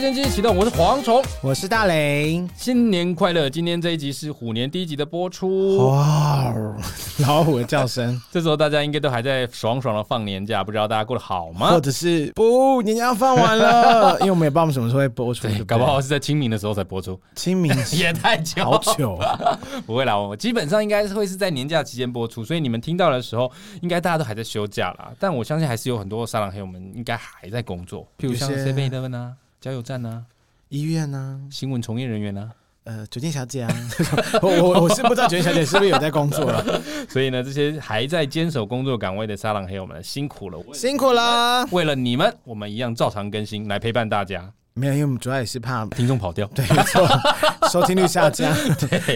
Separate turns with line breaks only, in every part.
先机启动，我是蝗虫，
我是大雷。
新年快乐！今天这一集是虎年第一集的播出，
哇哦，老虎的叫声，
这时候大家应该都还在爽爽的放年假，不知道大家过得好吗
或？者是不，你要放完 了，因为我们也不知道我们什么时候会播出，对
对，
对
搞不好是在清明的时候才播出，
清明
也太久
好
了。
久 啊，
不会啦，我基本上应该是会是在年假期间播出，所以你们听到的时候，应该大家都还在休假啦。但我相信还是有很多沙朗黑友们应该还在工作，譬如像
有些
C 贝的啊、加油站啊、
医院呢、
新闻从业人员啊。
呃，酒店小姐啊， 我我我是不知道酒店小姐是不是有在工作了，
所以呢，这些还在坚守工作岗位的沙朗黑友们辛苦了。为
辛苦啦。
为了你们，我们一样照常更新来陪伴大家。
没有，因为我们主要也是怕
听众跑掉。
对，没错，收听率下 降。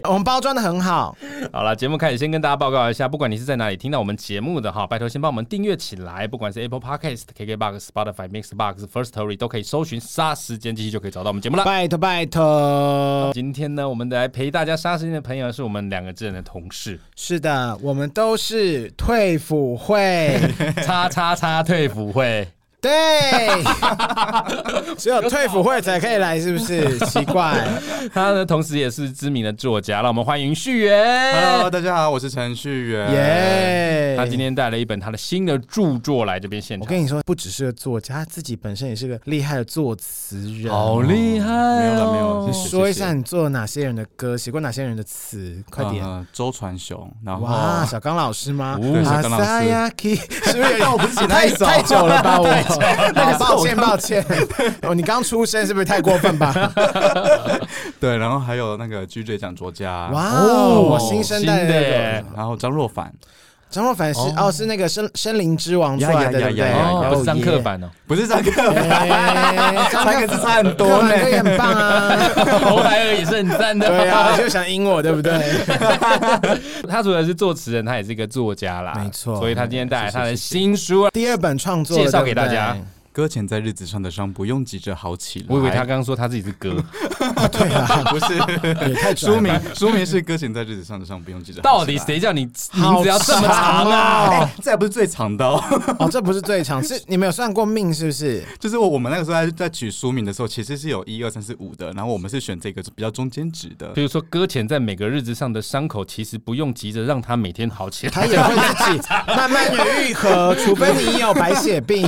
我们包装的很好，
好了，节目开始，先跟大家报告一下，不管你是在哪里听到我们节目的哈，拜托先帮我们订阅起来，不管是 Apple Podcast、KKBox、Spotify、Mixbox、First Story 都可以搜寻“杀时间机器”就可以找到我们节目了。
拜托拜托。
今天呢，我们来陪大家杀时间的朋友是我们两个之人的同事，
是的，我们都是退辅会。
叉叉叉退辅会。
对，只有退辅会才可以来，是不是？奇怪。
他呢，同时也是知名的作家，让我们欢迎旭元。
Hello，大家好，我是程序员。
耶！
哎他今，天带了一本他的新的著作来这边现
我
场，
跟你说，不只是个作家，他自己本身也是个厉害的作词人。
好厉害、哦！
没有了没有了谢谢
说一下你做了哪些人的歌，写过哪些人的词，快点！
呃周传雄，然后
哇，小刚老师吗？
哦
小刚老师
Asayaki 是不是有点
太
太
早
太久了吧？我好抱歉抱歉，哦，你刚出生是不是太过分吧？
对，然后还有那个 GJ 奖作家，
哇哦，我新生
新
代
的
的那
耶
个
然后张若凡，
张若凡是哦，是那个森森林之王出来的，对
呀呀
不对？
呀呀呀
哦，
呀
不是上课
版。
版 哦，
不是张克，
哎
三个字差很多
课
呢
本。可以很棒啊！
侯莱尔也是很赞的。
对啊，就想赢我，对不对？
他除了是作词人，他也是一个作家啦，
没错
所以他今天带来他的新书，啊
第二本创作了
介绍给大家。
搁浅在日子上的伤，不用急着好起来。
我以为他刚刚说他自己是 歌，
对不
不是
对啊，也太
书
著名，
名，书名是搁浅在日子上的伤，不用急着好
到
起
底
来。
谁叫你名
好
字要这么长啊？
哦
哎？这还不是最长的，哦，
哦，这不是最长，是你们有算过命是不是？
就是我我们那个时候在在取书名的时候，其实是有一二三四五的，然后我们是选这个比较中间值的
比。如说，搁浅在每个日子上的伤口，其实不用急着让它每天好起来。
他也会 自己慢慢的愈合，除非你有白血病。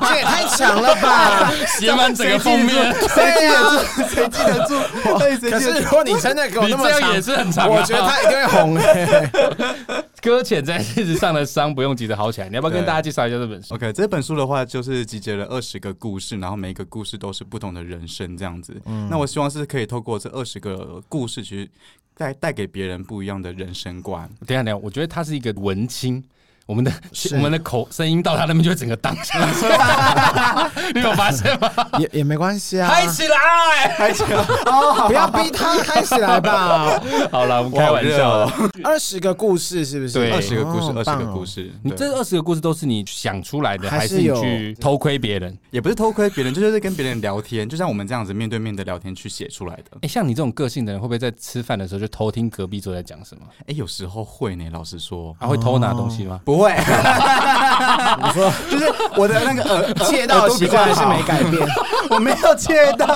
这也太强了吧！
写满整个封面，
对啊，
谁记得住？ 到底谁
可
记
是
得
如
住？
果你真的给我
你
那么
这样也
长，
是很长、啊。
我觉得他一定会红欸。
搁浅在日子上的伤不用急着好起来。你要不要跟
对
大家介绍一下这本书？
OK，这本书的话就是集结了二十个故事，然后每一个故事都是不同的人生这样子。
嗯
那我希望是可以透过这二十个故事去带带给别人不一样的人生观。
等一下，等一下，我觉得他是一个文青。我们的
是
我们的口声音到他那边就会整个荡下来，你有发现吗？
也也没关系啊，
嗨起来！
而且
不要逼他嗨起来吧。
好了，我们开玩笑了。
二十个故事是不是？
对
二十个故事，
哦
二十个故。
很棒哦
事，
你
对
这二十个故事都是你想出来的，还
还
是
是
你
有
去偷窥别人？
也不是偷窥别人，这就是跟别人聊天，就像我们这样子面对面的聊天去写出来的。
哎，像你这种个性的人，会不会在吃饭的时候就偷听隔壁桌在讲什么？啊
哎，有时候会呢，老实说。
他会偷拿东西吗？
不会，你说就是我的那个呃耳
借到的习惯还是没，改变，
耳朵比较好我没有借到，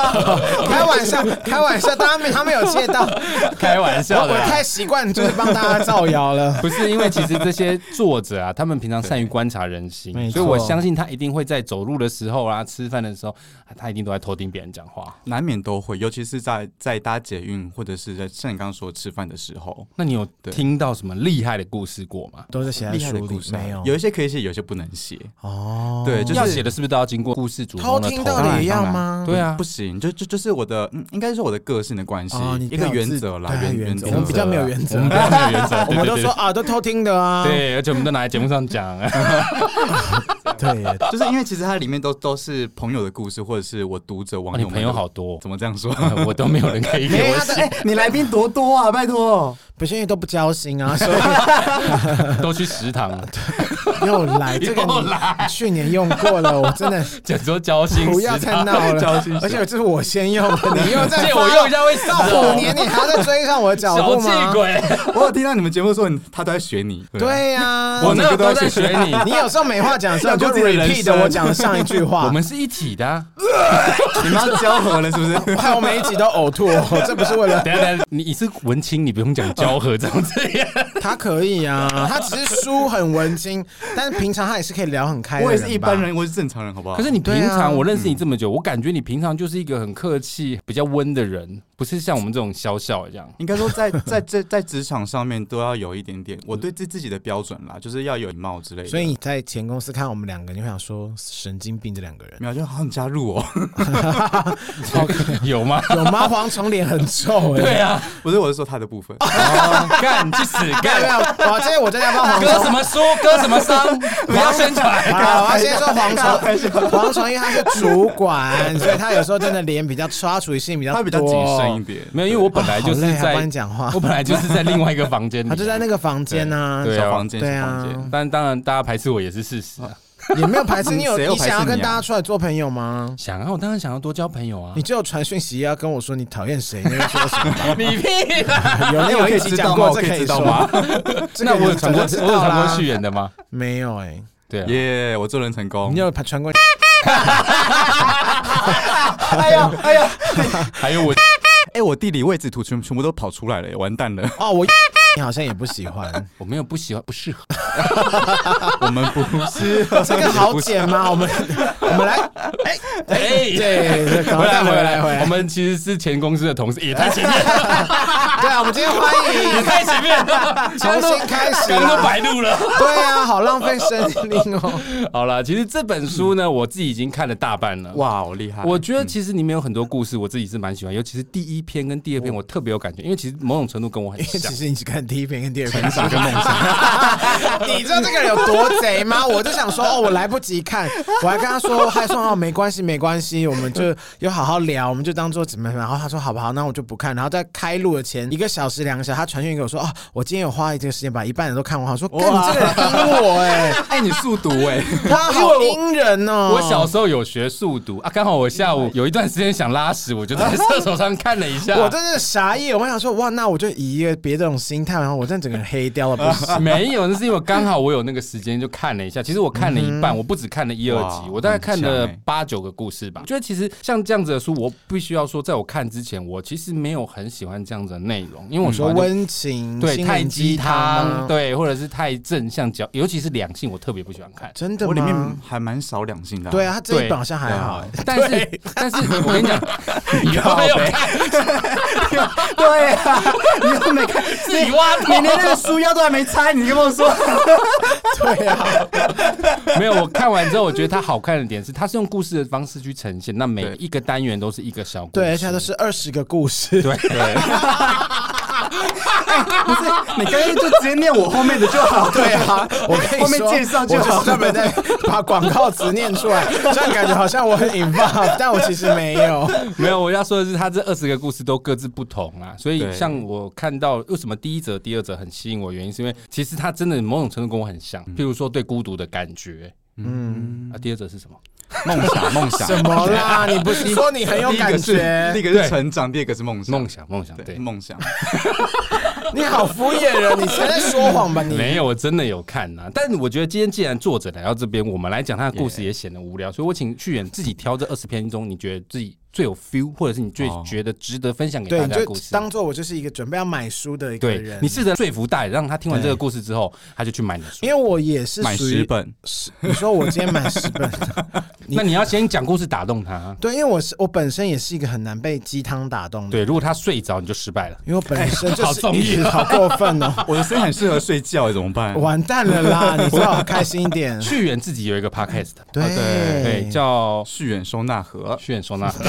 开玩笑，开玩笑，他们他们有借 到，
哦 开玩
我
笑的
我
啦。
太习惯就是帮大家造谣了。
不是因为其实这些作者啊，他们平常善于观察人心，
没
所
错
以我相信他一定会在走路的时候啊、吃饭的时候，啊他一定都在偷听别人讲话。
难免都会，尤其是在在搭捷运或者是在像你刚刚说吃饭的时候，
那你有
对
听到什么厉害的故事过吗？
都是写在
厉害的
书
故
里，
事啊
没有
有一些可以写，有一些不能写，
哦。
对，就
要
是
写的是不是都要经过故事主
偷
公的
听
同
到
意
底要吗？
对啊
不，行，就就就是我的，嗯，应该是我的个性的关系
哦，你比
一
较
个
有
原
自
则啦，
对
原
原
原
则
则，
我们比较没有原
我
则
们不要没有原则，
我们都说
对
啊，都偷听的啊。
对，对而且我们都拿来节目上讲，啊
对耶，
就是因为其实它里面都都是朋友的故事，或者是我读者
哇，
网
哦你
友们
朋
的
友好嗯多，
怎么这样说？
我都没有人可 以给我
他
写，
的
你来宾多多啊，拜托！
不是因为都不交心啊，所以
都去食堂了。
又来这个
又
你
来
去年用过了，我真的
讲说交心，
不要再闹
交
了
心，死
而且这是我先用 的， 你又在
借
发
我用一下会死
到
哦
虎年，你还要再追上我的脚
小
步
气
吗？
鬼，
我有听到你们节目说你他都在学你，啊，
对呀、
我
我
那
每个都
都
要
在
谢
学
谢
你，
你有时候没话讲的时候，
要
你就
顾自己人
repeat 的
生
我讲的上一句 话，
我们是一体的啊。
你们要交合了是不是？
害我每一集都呕吐、 哦，这不是为了
等一下等一下，你你是文青，你不用讲交合这样子。
他可以啊，他只是书很文青，但是平常他也是可以聊很开的
我也是一般
吧，
人，我是正常人，好不好？
可是你平
对啊
常我认识你这么久，我感觉你平常就是一个很客气、比较温的人，不是像我们这种小小这样。
应该说在，在在在职场上面都要有一点点，我对自自己的标准啦，就是要有礼貌之类的。
所以你在前公司看我们两个，你会想说神经病这两个人
苗就好想加入我，
有 吗？
有吗？蝗虫脸很臭哎、
对啊，
不是我是说他的部分，
哦 干去死
没有没
干！
有，我今天我真的要帮蝗虫
割什么书，割什么 伤，不要宣传。
好了，我要先说蝗虫，蝗虫因为他是主管，所以他有时候真的脸比较刷，处理性比较多
他比较谨慎一点。
没有，因为我本来就是
好累还
在
帮你讲话
我本来就是在另外一个房间里，
他就在那个房间呢、
对啊
小房间，小
对啊
房间。
但当然，大家排斥我也是事实啊。
也没有排斥你有，
谁有
你
排斥
想要跟
你啊
大家出来做朋友吗？
想啊，我当然想要多交朋友啊
你。只有传讯息要跟我说你讨厌谁，你会说什么？
你屁啦！
有
哎
人
我
有
可以
一集
知
讲
道
过，
吗？
这
我可以
以
知道
说
吗？？
这个
那我有传过，
你早就知道
我有传
啦
过序言的吗？
没有哎、
对啊，
耶，我做人成功
你。有传过？
哎呀，哎呀，
还有我
哎，我地理位置图全全部都跑出来了，完蛋 了，
哦，我 你好像也不喜欢，
我没有不喜欢，不适合。
我们不是
这个好 剪吗？我们我们来，哎、
哎，
对对，赶
回
快
来
再
回
回
来
来回来
我，们其实是前公司的同事，也太前面，
对啊，我们今天欢
也
迎
太前面了，
重新开始
刚刚都
啊，
白录了。
对啊，好浪费生命哦。
好了，其实这本书呢，我自己已经看了大半了。
哇，好厉害！
我觉得其实里面有很多故事，我自己是蛮喜欢，尤其是第一篇跟第二篇，我特别有感觉，因为其实某种程度跟我很
因为
像
其。实你只看第一篇跟第二篇，你少跟梦想。 你知道这个人有多贼吗？我就想说，哦，我来不及看，我还跟他说，还说哦，没关系，没关系，我们就有好好聊，我们就当做怎么样。然后他说，好不好？那我就不看。然后在开录的前一个小时、两个小时，他传讯给我说，哦，我今天有花一这个时间把一半的都看完。我说，干
哇
你这个人阴我哎、
哎，你速读哎，
他好阴人哦。
我小时候有学速读啊，刚好我下午有一段时间想拉屎，我就在厕所上看了一下。
我真的傻眼，我想说，哇，那我就以一个别这种心态，然后我真的整个人黑掉了，不行。
没有，那是因为刚好我有那个时间就看了一下。其实我看了一半，我不止看了一二集
哇，
我大概看了
很强欸
八九个故事吧。觉得其实像这样子的书，我必须要说，在我看之前，我其实没有很喜欢这样子的内容，因为我
你说
喜欢
温情，
对
心灵
太
鸡
鸡
汤
汤，
吗，
对，或者是太正向角，尤其是两性，我特别不喜欢 看。
真的吗？
我里面还蛮少两性的。
对， 啊，他这一
对
本好像还好，
啊
但是，但是我跟你讲，你有没有看？
对啊，你又没看，
自己挖
你
洞
连那个书腰都还没拆，你跟我说，
对啊，
没有，我看完之后，我觉得它好看的点是，它是用故事的方式去呈现，那每一个单元都是一个小故事。
对，而且它都是二十个故事，
对对，
不是，你刚刚就直接念我后面的就 好。
对啊，我跟你
后面
说，
介绍
我就
就好
是专门在把广告词念出来，这样感觉好像我很 involved，但我其实没有。
没有，我要说的是，它这二十个故事都各自不同啊，所以
对
像我看到为什么第一则、第二则很吸引我，原因是因为其实它真的某种程度跟我很像，譬如说对孤独的感觉。嗯，啊，第二则是什么？
梦想，梦想。
怎么啦？你不是说你很有感
第一
觉？
个
对
是成长，第二个是梦想。
梦想，梦想，对
对，，嗯梦想。
你好敷衍人，你才在说谎吧你？
没有，我真的有看呐、但我觉得今天既然作者来到这边，我们来讲他的故事也显得无聊，所以我请旭远自己挑这二十篇中，你觉得自己最有 feel，或者是你最
哦
觉得值得分享给
对，
大
你
家的
就
故事。
当做我就是一个准备要买书的一个
对
人，
你试着说服大爷，让他听完这个故事之后，他就去买你的书
因。为我也是
买
属
十
于，
本，
你说我今天买十本， 你
那你要先讲故事打动他。啊
对，因为我是我本身也是一个很难被鸡汤打动的，
对，如果他睡着，你就失败了。
因为我本身就
哎好
是
中意
一直好过分 哦，
我的声音很适合睡觉，怎么办？
完蛋了啦！你最好开心一点，
旭远自己有一个 podcast，
对
对，叫
续远收纳 盒，
旭远收纳盒，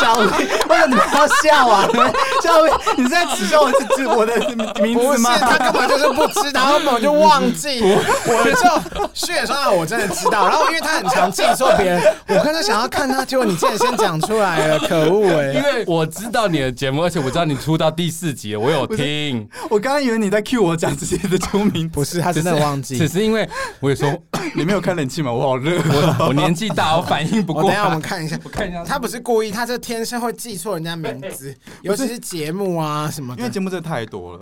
笑，为什么你们要笑啊？ 笑我，你是在耻笑我自己我的名
不
字
是，
吗？
他根本就是不知道，他根本就忘 记。我就旭远说啊，我真的知道。然后因为他很常记错别人，我刚才想要看他，结果你竟然先讲出来了，可恶哎、
因为我知道你的节目，而且我知道你出到第四集了，我有听。
我刚刚以为你在 cue 我讲自己的出名，
不是，他真的忘
只
记。
是因为我有时候
你没有开冷气吗？我好热。
我我年纪大，我反应不
我
过
等一下我
来
们。看一下，
我看一下
他不是故意，他这天生会记错人家名 字，尤其是节目啊什么
因为
的。
节目真的太多了，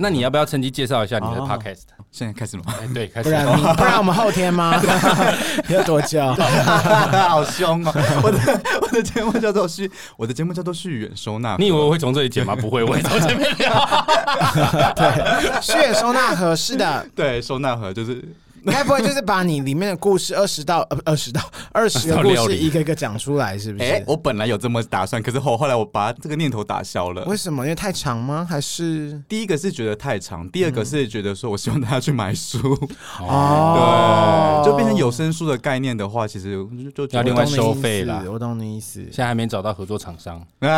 那你要不要趁机介绍一下你的 podcast？
现在开始吗？
哎，对，开始
不。然你不然我们后天 吗？ 要多久？
好 凶哦！我的我的节目叫做旭，我的节目叫做旭远收纳。
你以为我会从这里剪吗？不会，我会 从前面聊。
旭远收纳盒是的，
对收纳盒就是
该不会就是把你里面的故事二十到呃二十到二十个故事一个一个讲出来，是不
哎、
是？
我本来有这么打算，可是后后来我把这个念头打消了
为。什么？因为太长吗？还是
第一个是觉得太长，第二个是觉得说我希望大家去买书，
哦，
就变成有声书的概念的话，其实就就
要嗯另外
我懂你意思
收费啦
我懂你意思。
现在还没找到合作厂商，
哎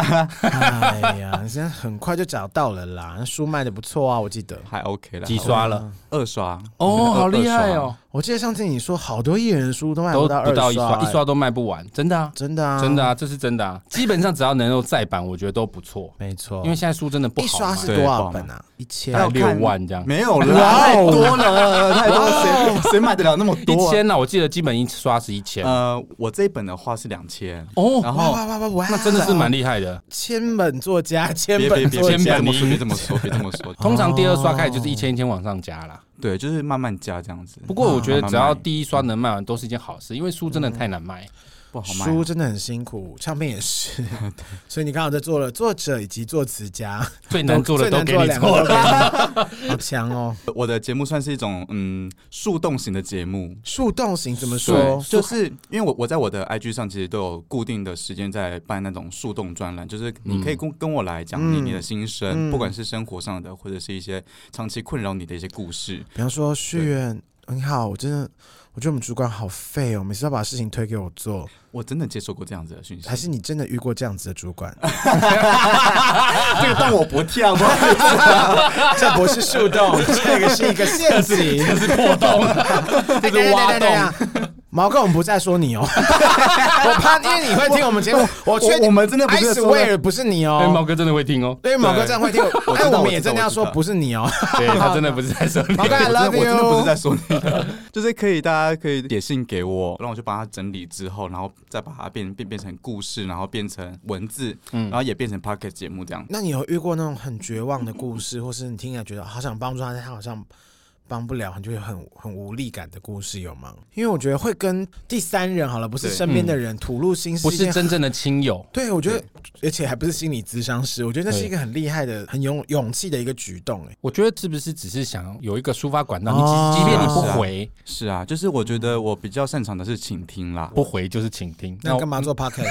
呀，现在很快就找到了啦，那书卖的不错啊，我记得。
还 OK 了，
几刷了？
二刷
哦，好厉害！哦，
我记得上次你说好多艺人书都卖
都
到
不
二
到一
刷
刷，
欸，
一刷都卖不完，真的啊，
真的啊，
真的啊，这是真的啊。基本上只要能够再版，我觉得都不错，
没错，
因为现在书真的不
一
好
刷
买，
是
对
多少
不好买
本啊？一千
大概
要
六
看
万这样。
没有啦，
哇
太
哦
多了，太多了，谁谁买得了那么多？
一
啊
千呢，我记得基本一刷是一
嗯
千。
呃，我这一本的话是两千，
哦，
然
哇
后
哇哇哇哇！
那真的是蛮厉害的。
千本作家，千
别别
本
别
作
别
千
家，
这么说，
本
别这么说，别这么说，
通常第二刷开始就是一千一千往上加
哦
啦。
对，就是慢慢加这样子。
不过我觉得只要
慢慢买
第一刷能卖完都是一件好事，因为书真
嗯
的太难卖。
不好卖啊
书，真的很辛苦，唱片也 是，所以你刚好在做了作者以及作词家，
最难做的
最
都
难
给
做
你
两个
做
都
了。
给你好强哦！
我的节目算是一种嗯树洞型的节目。
树洞型怎么
对
说，？
就是因为我我在我的 IG 上其实都有固定的时间在办那种树洞专栏，就是你可以跟跟我来讲你
嗯
你的心
嗯
声，不管是生活上的，或者是一些长期困扰你的一些故事。
比方说旭远，你好，我真的，我觉得我们主管好废哦，每次要把事情推给我 做，
我真的接受过这样子的讯息
还，是你真的遇过这样子的主 管？
这个洞我不跳，不好意思
这不是树洞， 这个是一个陷阱，这是破洞，这
是挖洞
洞。 毛哥，我们不再 说你哦，我怕因为你会听我们节目，我确
我
定
我们真的不是
I
说
swear 不是你
哎，毛
哦。
哥真的会 听哦，
对，毛哥这样会听，
我知
哎，我
道我
们
知
也真的
道
要
我知
说
道
不是你哦。
对他真的不是在说你。
毛哥，I
我真的
love
我真的不是
you。
在说你的，就是可以，大家可以写信给我，然后我就把它整理之后，然后再把它变变变成故事，然后变成文字，然后也变成 p o c k e t 节目这样。
那你有遇过那种很绝望的故事，或是你听起来觉得好想帮助他，但他好像帮不了，你就会很很无力感的故事有吗？因为我觉得会跟第三人好了，不是
对
身边的人吐露心事，
不是真正的亲友，
对，我觉得，而且还不是心理咨商师，我觉得那是一个很厉害的、很勇勇气的一个举动、哎，
我觉得是不是只是想有一个抒发管道？
哦
你即即便你不
是啊
回，
是啊，就是我觉得我比较擅长的是倾听啦。
不回就是请听。
那干嘛做 podcast？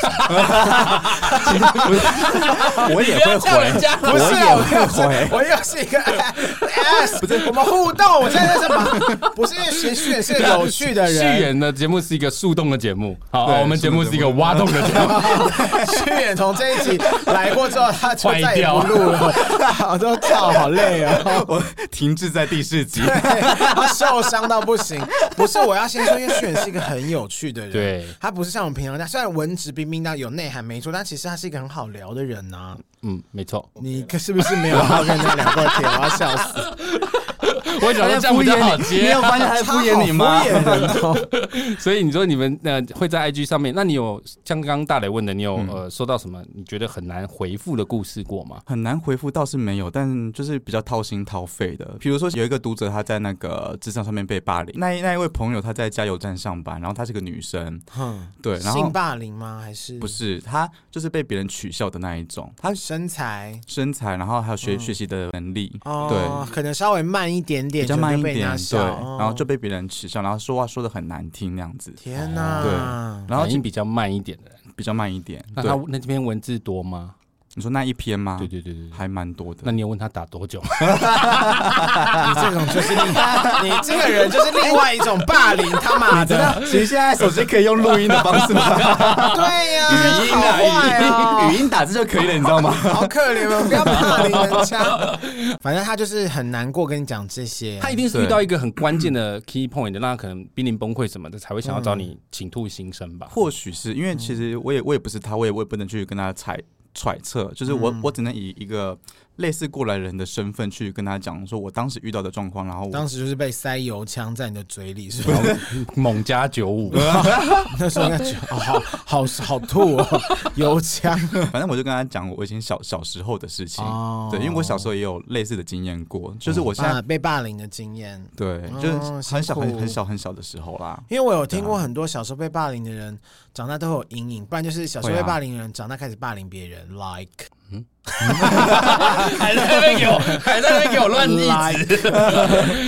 我也会回，
家
不是啊，
也
我
会
又
回
是，我又是一个 S，不是我们互动，我现在在什么？不是因为徐旭远是个
啊
有趣的
旭
人，
远的节目是一个树洞的节目，好，哦
对
我们节目是一个挖洞的节目。
旭远从这一集来过之后，他就
坏
再也
掉
不录了， 好多操，好累哦。
我停滞在第四 集。
他受伤到不行。不是，我要先说，因为旭远是一个很有趣的人，
对
他不是像我们平常这样，虽然文质彬彬但有内涵没错，但其实他是一个很好聊的人呐、
嗯，没错。
你可是不是没有好好跟人家聊过天？我要笑 死！
我想说这样比较好接，
有发现他在敷衍 你
他
吗
好？敷衍人哦。
所以你说你们呃会在 IG 上面，那你有像刚刚大磊问的，你有呃收到什么你觉得很难回复的故事过吗？
很难回复倒是没有，但就是比较掏心掏肺的。比如说有一个读者他在那个职场上面被霸凌，那一那一位朋友他在加油站上班，然后她是个女生，
嗯
对，然后
性霸凌吗？还是
不是她就是被别人取笑的那一种，她
身材？
身材，然后还有学、学习的能力，
嗯哦，可能稍微慢一点
对，
点，
比较慢一
就被人
点
家，
对，
笑哦
然后就被别人取笑，然后说话说的很难听那样子，
天哪！
对然后
反应比较慢一点的人，
比较慢一点，
那
对
他，那这篇文字多吗？
你说那一篇吗？
对对对对对。
还蛮多的。
啊那你有问他打多久？
你这种就是另，你这个人就是另外一种霸凌，他妈
知道
的！
其实现在手机可以用录音的方式吗？
对呀、
语音
好啊坏哦
啊，语音语音打字就可以了，你 知道吗？
好可怜哦，不要霸凌人家。 反正他就是很难过，跟你讲这些。
他一定是遇到一个很关键的 key point，让他可能濒临崩溃什么的，才会想要找你倾吐心声吧。
或许是因为其实我也我也不是他，我也我也不能去跟他猜揣测，就是我、我只能以一个类似过来人的身份去跟他讲，说我当时遇到的状况，然后我
当时就是被塞油枪在你的嘴里，是吧？
猛加九 五，
那时候应该 觉得哦好好好吐 哦，油枪。
反正我就跟他讲我以前小小时候的事情，
哦
对，因为我小时候也有类似的经验过，就是我现在、
啊，被霸凌的经验。
对，
哦
就是很
辛
小
苦
很很小很小的时候啦。
因为我有听过很多小时候被霸凌的人，长大都会有阴影，不然就是小时候
会
被
啊
霸凌的人，长大开始霸凌别人，like
还在那边给我，还在那边给我乱译
like，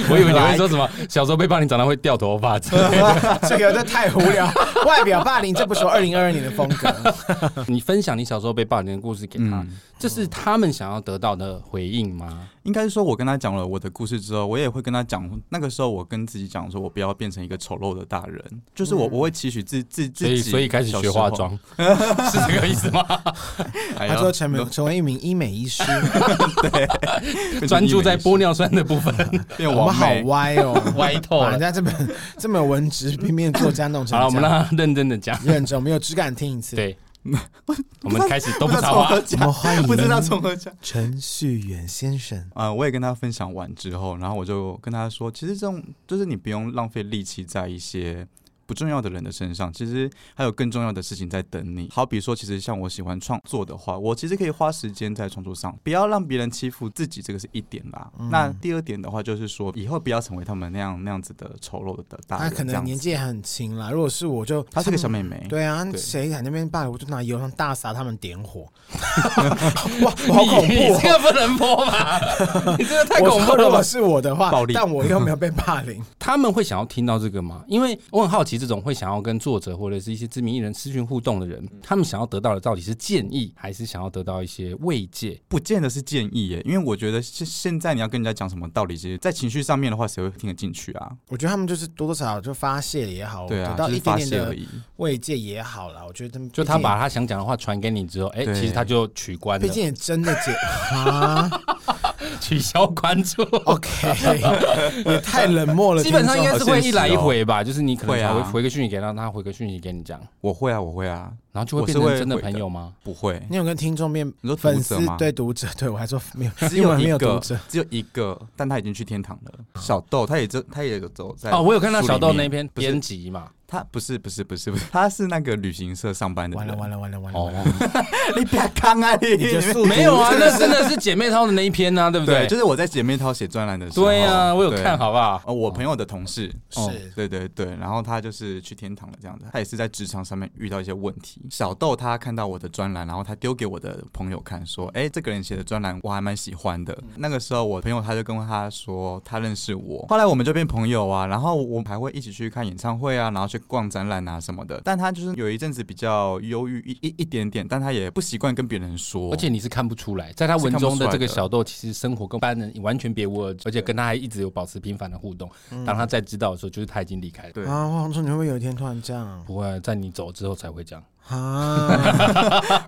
我以为你会说什么，小时候被霸凌，长大会掉头发之 类的。
这个这太无聊，外表霸凌，这不是我二零二二年的风格。
你分享你小时候被霸凌的故事给他，
嗯
这是他们想要得到的回应吗？
应该是说，我跟他讲了我的故事之后，我也会跟他讲，那个时候我跟自己讲，说我不要变成一个丑陋的大人，就是我、我会期许自自自
所以，
己
所以开始学化妆， 是这个意思吗？
小时候。
他说
哎
成为成为一名医美医 师，
呀
专注在玻尿酸的部分，
变
我们
完
好
美，
歪哦，
歪透
把
了
人。家这么这么文质彬彬的作家弄成
好了，我们
这
让
样
他认真的讲。
认真，我们有质感听一次。，
对，我们开始都
不
不啊
知道
插话
我们
从何。讲，
欢迎
不知道从何讲。
陈旭元先生。
啊、我也跟他分享完之后，然后我就跟他说，其实这种就是你不用浪费力气在一些不重要的人的身上，其实还有更重要的事情在等你。好比说，其实像我喜欢创作的话，我其实可以花时间在创作上，不要让别人欺负自己，这个是一点啦。
嗯
那第二点的话，就是说以后不要成为他们那样那样子的丑陋的大
他
人，
可
啊这
能
样子
年纪也很轻啦，如果是我就
她是个小
妹。
妹妹，
对啊，
对
谁在那边霸凌，我就拿油上大撒他们点火， 哇，我好恐
你 你
怖、
这
哦！
个不能播吧？你这个太
我
恐怖
说
了
如
吧
果！是我的话
暴，力
但我又没有被霸凌，
他们会想要听到这个吗？因为我很好奇，这种会想要跟作者或者是一些知名艺人私讯互动的人，
嗯
他们想要得到的到底是建议，还是想要得到一些慰藉？
不见得是建议耶，因为我觉得现现在你要跟人家讲什么道理，其实，在情绪上面的话，谁会听得进去啊？
我觉得他们就是多多少少就发泄也
哦
好，
对啊
得，到
就
一
是
点
发
点
泄而
的
已。
慰藉也好啦。我觉得他们
就他
毕竟
把他想讲的话传给你之后，哎、
对
其实他就取关
毕
了，
竟也真的解啊
取消关 注。
，OK，也太冷漠了。
基本上应
听
该
众
是会一来一回吧，就是你可能
会
才
啊
会回个讯息给他，他回个讯息给你这样，
我会啊，我会啊，
然后就会
我是
变成
会
真的
回的
朋友吗？
不会。
你有跟听众面
你说读
粉
者
丝
吗
对读者，对我还说没有，
只
因为我们
有
没
一
有读
个
者。，
只有一个，但他已经去天堂了。小豆他也走，他也有走在
哦，我有看到
书
小豆
里
那
面
篇
不是
编辑嘛，
他不是不是不是不是，他是那个旅行社上班的
完
人。
了完了完了完了
哦
完了！，
你别看啊你！
你的速度
没有啊， 那真的是姐妹淘的那一篇啊，对不
对，
对？
就是我在姐妹淘写专栏的时候，
对啊，我有
对
看，。好不好？
哦，我朋友的同事
哦
是
对对对，然后他就是去天堂了这样子，他也是在职场上面遇到一些问题。小豆他看到我的专栏，然后他丢给我的朋友看，说：“哎，这个人写的专栏我还蛮喜欢
嗯
的。”那个时候我朋友他就跟他说他认识我，后来我们就变朋友啊，然后我们还会一起去看演唱会啊，然后去逛展览啊什么的。但他就是有一阵子比较忧郁一一一点点，但他也不习惯跟别人说，
而 且你是看不出来，在他文中的这个小豆，其实生活跟一般人完全别无二致，而且跟他还一直有保持频繁的互动。当他再知道的时候，就是他已经离开了。
对。
啊，黄总，你会不会有一天突然这样
不会，在你走之后才会这 样。
啊？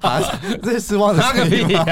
啊，这是失望的声音
屁
吗？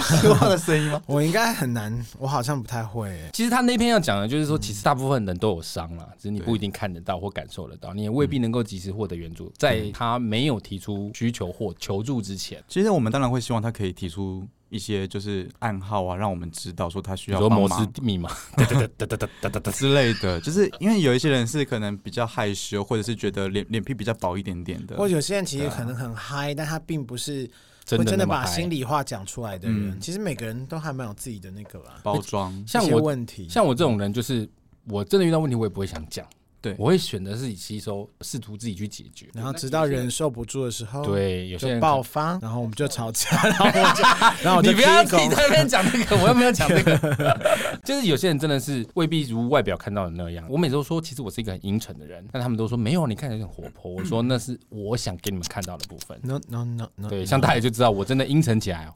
失望的声音吗？
我应该很难，我好像不太 会欸。
其实他那篇要讲的就是说，其实大部分人都有伤啦，只是你不一定看得到或感受得到，你也未必能够及时获得援助。在他没有提出需求或求助之前，
其实我们当然会希望他可以提出一些就是暗号啊，让我们知道说他需
比如
要
说
帮
摩
忙
斯密码， 哒哒哒哒哒哒
之类的。 就是因为有一些人是可能比较害羞，或者是觉得脸脸皮比较薄一点点
啊
的。
或者有些人其实可能很嗨，但他并不是
真
会
的
真
那
的
么
把
嗨
心里话讲出来的人。
嗯
其实每个人都还蛮有自己的那个啦，啊
包装，
像
一些
我
问题，
像我这种人，就是我真的遇到问题，我也不会想讲。
对
我会选择自己吸收，试图自己去解决。
然后直到忍受不住的时候，，
对，有些
就
人
爆
可
发，然后我们就 吵架，然后我就，然后我就
你不要
踢
自
狗
己在那边讲这个，我又没有讲这个。 就是有些人真的是未必如外表看到的那样。我每次都说，其实我是一个很阴沉的人，但他们都说没有，你看起来很活泼。我说那是我想给你们看到的部分。
No no no no，
对，像大家就知道我真的阴沉起来哦。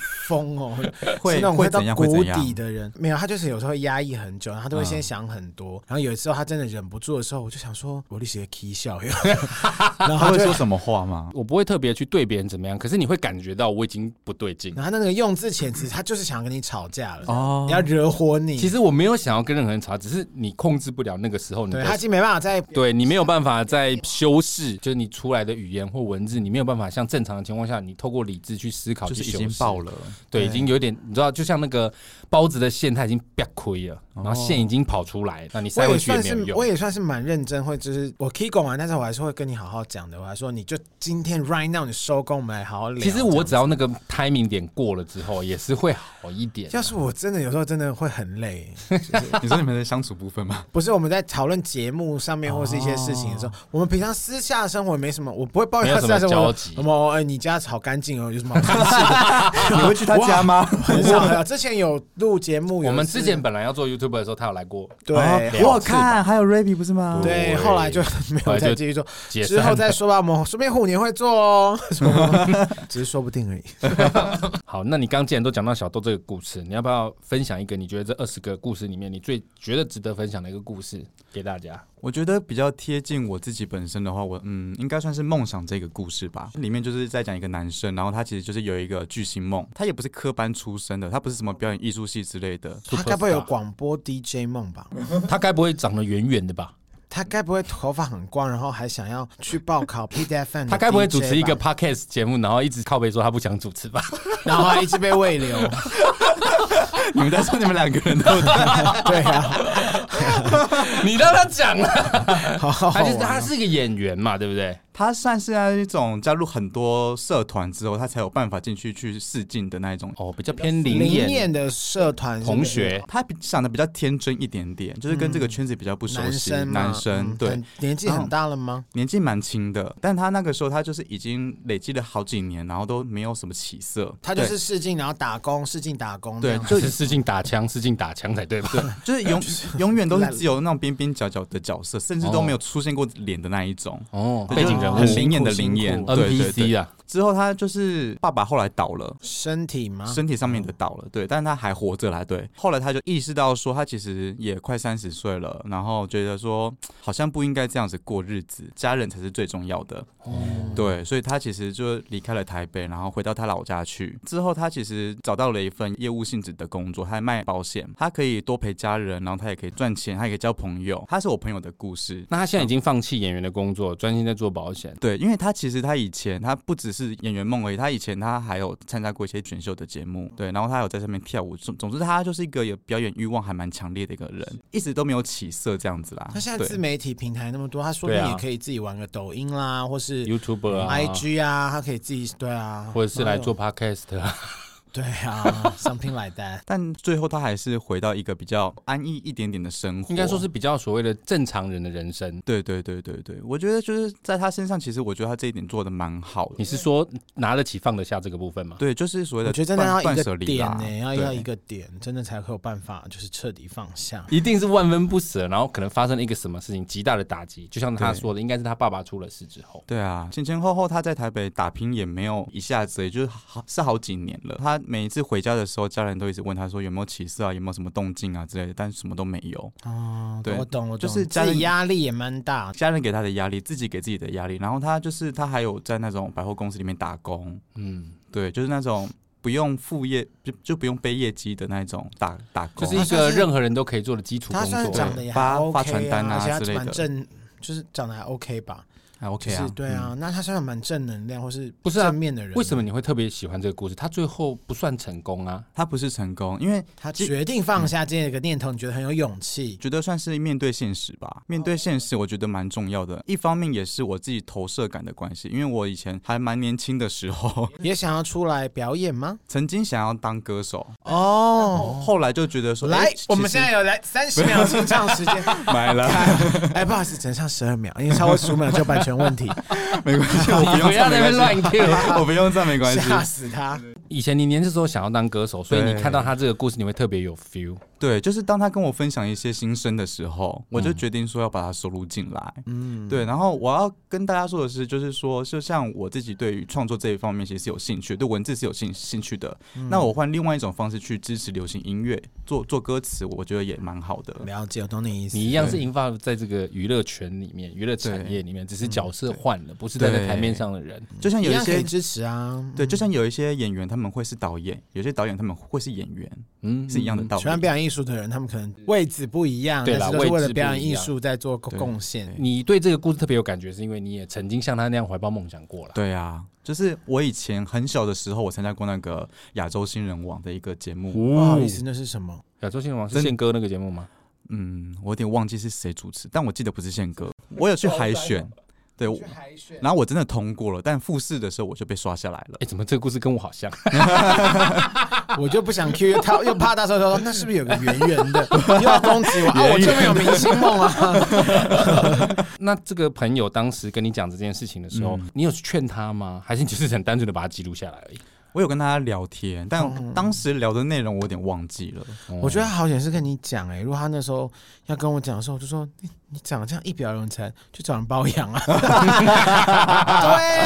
疯哦，
会
是那种
会
到
怎样会
谷
怎样
底的人，没有，他就是有时候压抑很久，然后他都会先想很多，
嗯
然后有一次他真的忍不住的时候，我就想说，我历史的 K 笑哟，然后
他
他
会
就
说。什么话吗？
我不会特别去对别人怎么样，可是你会感觉到我已经不对劲。
然后他那个用字遣词，他就是想跟你吵架了，
哦
要惹火你。
其实我没有想要跟任何人吵，只是你控制不了那个时候你
对他已
的。
经没办法再
对你没有办法在修饰，就是你出来的语言或文字，你没有办法像正常的情况下，你透过理智去思考，
就是
去
已
修
经
饰
爆了，
对，
对
已经有点，你知道，就像那个包子的馅，它已经瘪亏了，然后馅已经跑出来，那你
我
塞回
也
去哦也
算
没有
是我
用。
也算是蛮认真，会就是我 K 工完，但是我还是会跟你好好讲的。我还说你就今天 right now 你收工，我们来好好聊。
其实我只
要
要那个 timing 点过了之后，也是会好一点。
要是我真的有时候真的会很累，
你说你们的相处部分 吗？
不是我们在讨论节目上
哦
面或是一些事情的时候，我们平常私下生活没什么，我不会抱怨
没有
他
什
私
么
下生活
交集
什么哎你家好干净哦，有什么好生气
你会去他家 吗？
的很 少很少。之前有录节目，有
我们
一次
之前本来要做 YouTube 的时候，他有来过，
对
聊
我有看还有 Raby 不是吗？
对，
对
后来就没
后
有
来就
再继续做，
解
之后
散。
再说吧。我们说不定虎年会做哦，什 么只是说不定而已。
好，那你刚既然都讲到小豆这个故事，你要不要分享一个你觉得这二十个故事里面你最觉得值得分享的一个故事给大家？
我觉得比较贴近我自己本身的话，我嗯，应该算是梦想这个故事吧。里面就是在讲一个男生，然后他其实就是有一个巨星梦，他也不是科班出身的，他不是什么表演艺术系之类的。
他该不会有广播 DJ 梦吧？
他该不会长得圆圆的吧？
他该不会头发很光，然后还想要去报考 P D F N？
他该不会主持一个 podcast 节目，然后一直靠背说他不想主持 吧？
然后还一直被 喂流？
你们在说你们两个人都
对啊，
你让他讲了。
好好
他
玩
就是
哦
他是一个演员嘛，对不对？
他算是那一种加入很多社团之后，他才有办法进去去试镜的那一种。
哦，比较偏灵
灵
演
验的社团是不是
同学，
他比想的比较天真一点点，就是跟这个圈子比较不熟
男
悉。
生嘛
男生
嗯
对，
很年纪很大了吗？
年纪蛮轻的，但他那个时候他就是已经累积了好几年，然后都没有什么起色。
他就是试镜，然后打工，试镜打工这
对
样，
就是试镜打枪，试镜打枪才对吧？
对，就是永永远都是只有那种边边角角的角色，甚至都没有出现过脸的那一种。
哦，
对
背景人
就是很
物
灵验的
辛苦
灵验
辛
对对对
NPC 啊，
之后他就是爸爸后来倒了。
身体吗？
身体上面的倒了，对，但是他还活着啦，对。后来他就意识到说，他其实也快三十岁了，然后觉得说，好像不应该这样子过日子，家人才是最重要的，对。所以他其实就离开了台北，然后回到他老家去。之后他其实找到了一份业务性质的工作，他还卖保险，他可以多陪家人，然后他也可以赚钱，他也可以交朋友。他是我朋友的故事，
那他现在已经放弃演员的工作，专心在做保险。
对，因为他其实他以前他不只是演员梦而已，他以前他还有参加过一些选秀的节目，对，然后他有在上面跳舞，总总之他就是一个有表演欲望还蛮强烈的一个人，一直都没有起色这样子啦。
他现在
对
自媒体平台那么多，他说不
对
定
啊
也可以自己玩个抖音啦，或是
嗯
YouTuber 啊
IG 啊，他可以自己对啊，
或者是来做
哪
podcast
哎
啊
有对 啊，something like that。
但最后他还是回到一个比较安逸一点点的生活，
应该说是比较所谓的正常人的人生。
对对对对对，我觉得就是在他身上，其实我觉得他这一点做的蛮好的
你。是说拿得起放得下这个部分吗？
对，就是所谓的
我觉得真的
断
要一
断
个
舍离
点
啦
呢、要
对
要一个点，真的才会有办法，就是彻底放下。
一定是万分不舍，然后可能发生了一个什么事情，极大的打击。就像他
对
说的，应该是他爸爸出了事之后。
对啊，前前后后他在台北打拼也没有一下子，也就是好是好几年了。他每一次回家的时候，家人都一直问他说有没有起色啊，有没有什么动静啊之类的，但什么都没有。
哦，
对
我懂，我懂，
就是家
自
人
己压力也蛮大的。
家人给他的压力，自己给自己的压力，然后他就是他还有在那种百货公司里面打工，
嗯，
对，就是那种不用副业就就不用背业绩的那种打打
就
工。啊
是一个任何人都可以做的基础
他
工
算是
作。
长得也还
发
OK
发传单啊
而且
之
他
类的
蛮正，就是长得还 OK 吧。
还
就
OK
是
啊，
对啊，那他算蛮正能量或是
不是啊
正面的人，
为什么你会特别喜欢这个故事？他最后不算成功啊，
他不是成功，因为
他决定放下这个念头，你觉得很有勇气？
觉得算是面对现实吧。面对现
哦
实，我觉得蛮重要的。一方面也是我自己投射感的关系，因为我以前还蛮年轻的 时候，
也想要出来表演吗？
曾经想要当歌手，
哦，
后来就觉得说，
来
诶，
我们
其
现
实
在有来三十秒清唱时间。
买了，
哎，不好意思，只能唱十二秒，因为超过十五秒就有版权问题，
没关系，我不
不要
用唱，
在
没
那边
关系，
乱 Q。
我不用唱，没关系。
吓死他！
以前你年轻时候想要当歌手，所以你
对
看到他这个故事，你会特别有 feel。
对，就是当他跟我分享一些心声的时候，我就决定说要把它收录进来。
嗯，
对，然后我要跟大家说的是，就是说，就像我自己对于创作这一方面其实是有兴趣，对文字是有兴兴趣的。
嗯
那我换另外一种方式去支持流行音乐，做做歌词，我觉得也蛮好的。
了解，我懂你意思。
你一样是 involve 在这个娱乐圈里面、娱乐产业里面，只是角色换了，不是站在
对
台面上的人。
就像
一
有一
样可
些
以支持啊，
对，就像有一些演员他们会是导演，有些导演他们会是演员，
嗯
是一样的。道
喜欢
理。
表演艺术的人，他们可能位置不一样，
对
但
啦
是都是为
位
了
置
表演
不一
艺
样
术在做贡
对
贡献。
你对这个故事特别有感觉，是因为你也曾经像他那样怀抱梦想过了。
对啊，就是我以前很小的时候，我参加过那个亚洲新人网的一个节目，
不好
哦
意，思，那是 什么？
亚洲新人王是
真
宪哥那个节目吗？
嗯，我有点忘记是谁主持，但我记得不是宪哥，我有去
哦
海选，对，我
海选
然后我真的通过了，但复试的时候我就被刷下来了。
哎，怎么这个故事跟我好像？
我就不想 Q 他，又怕到时候说那是不是有个圆圆的 又要攻击我啊？我就没有明星梦啊！
那这个朋友当时跟你讲这件事情的时候，
嗯
你有劝他吗？ 还是你就是很单纯的把它记录下来而已？
我有跟大家聊天，但当时聊的内容我有点忘记了。
我觉得好险是跟你讲哎、如果他那时候要跟我讲的时候，我就说你你长得这样一表人才，去找人包养啊！对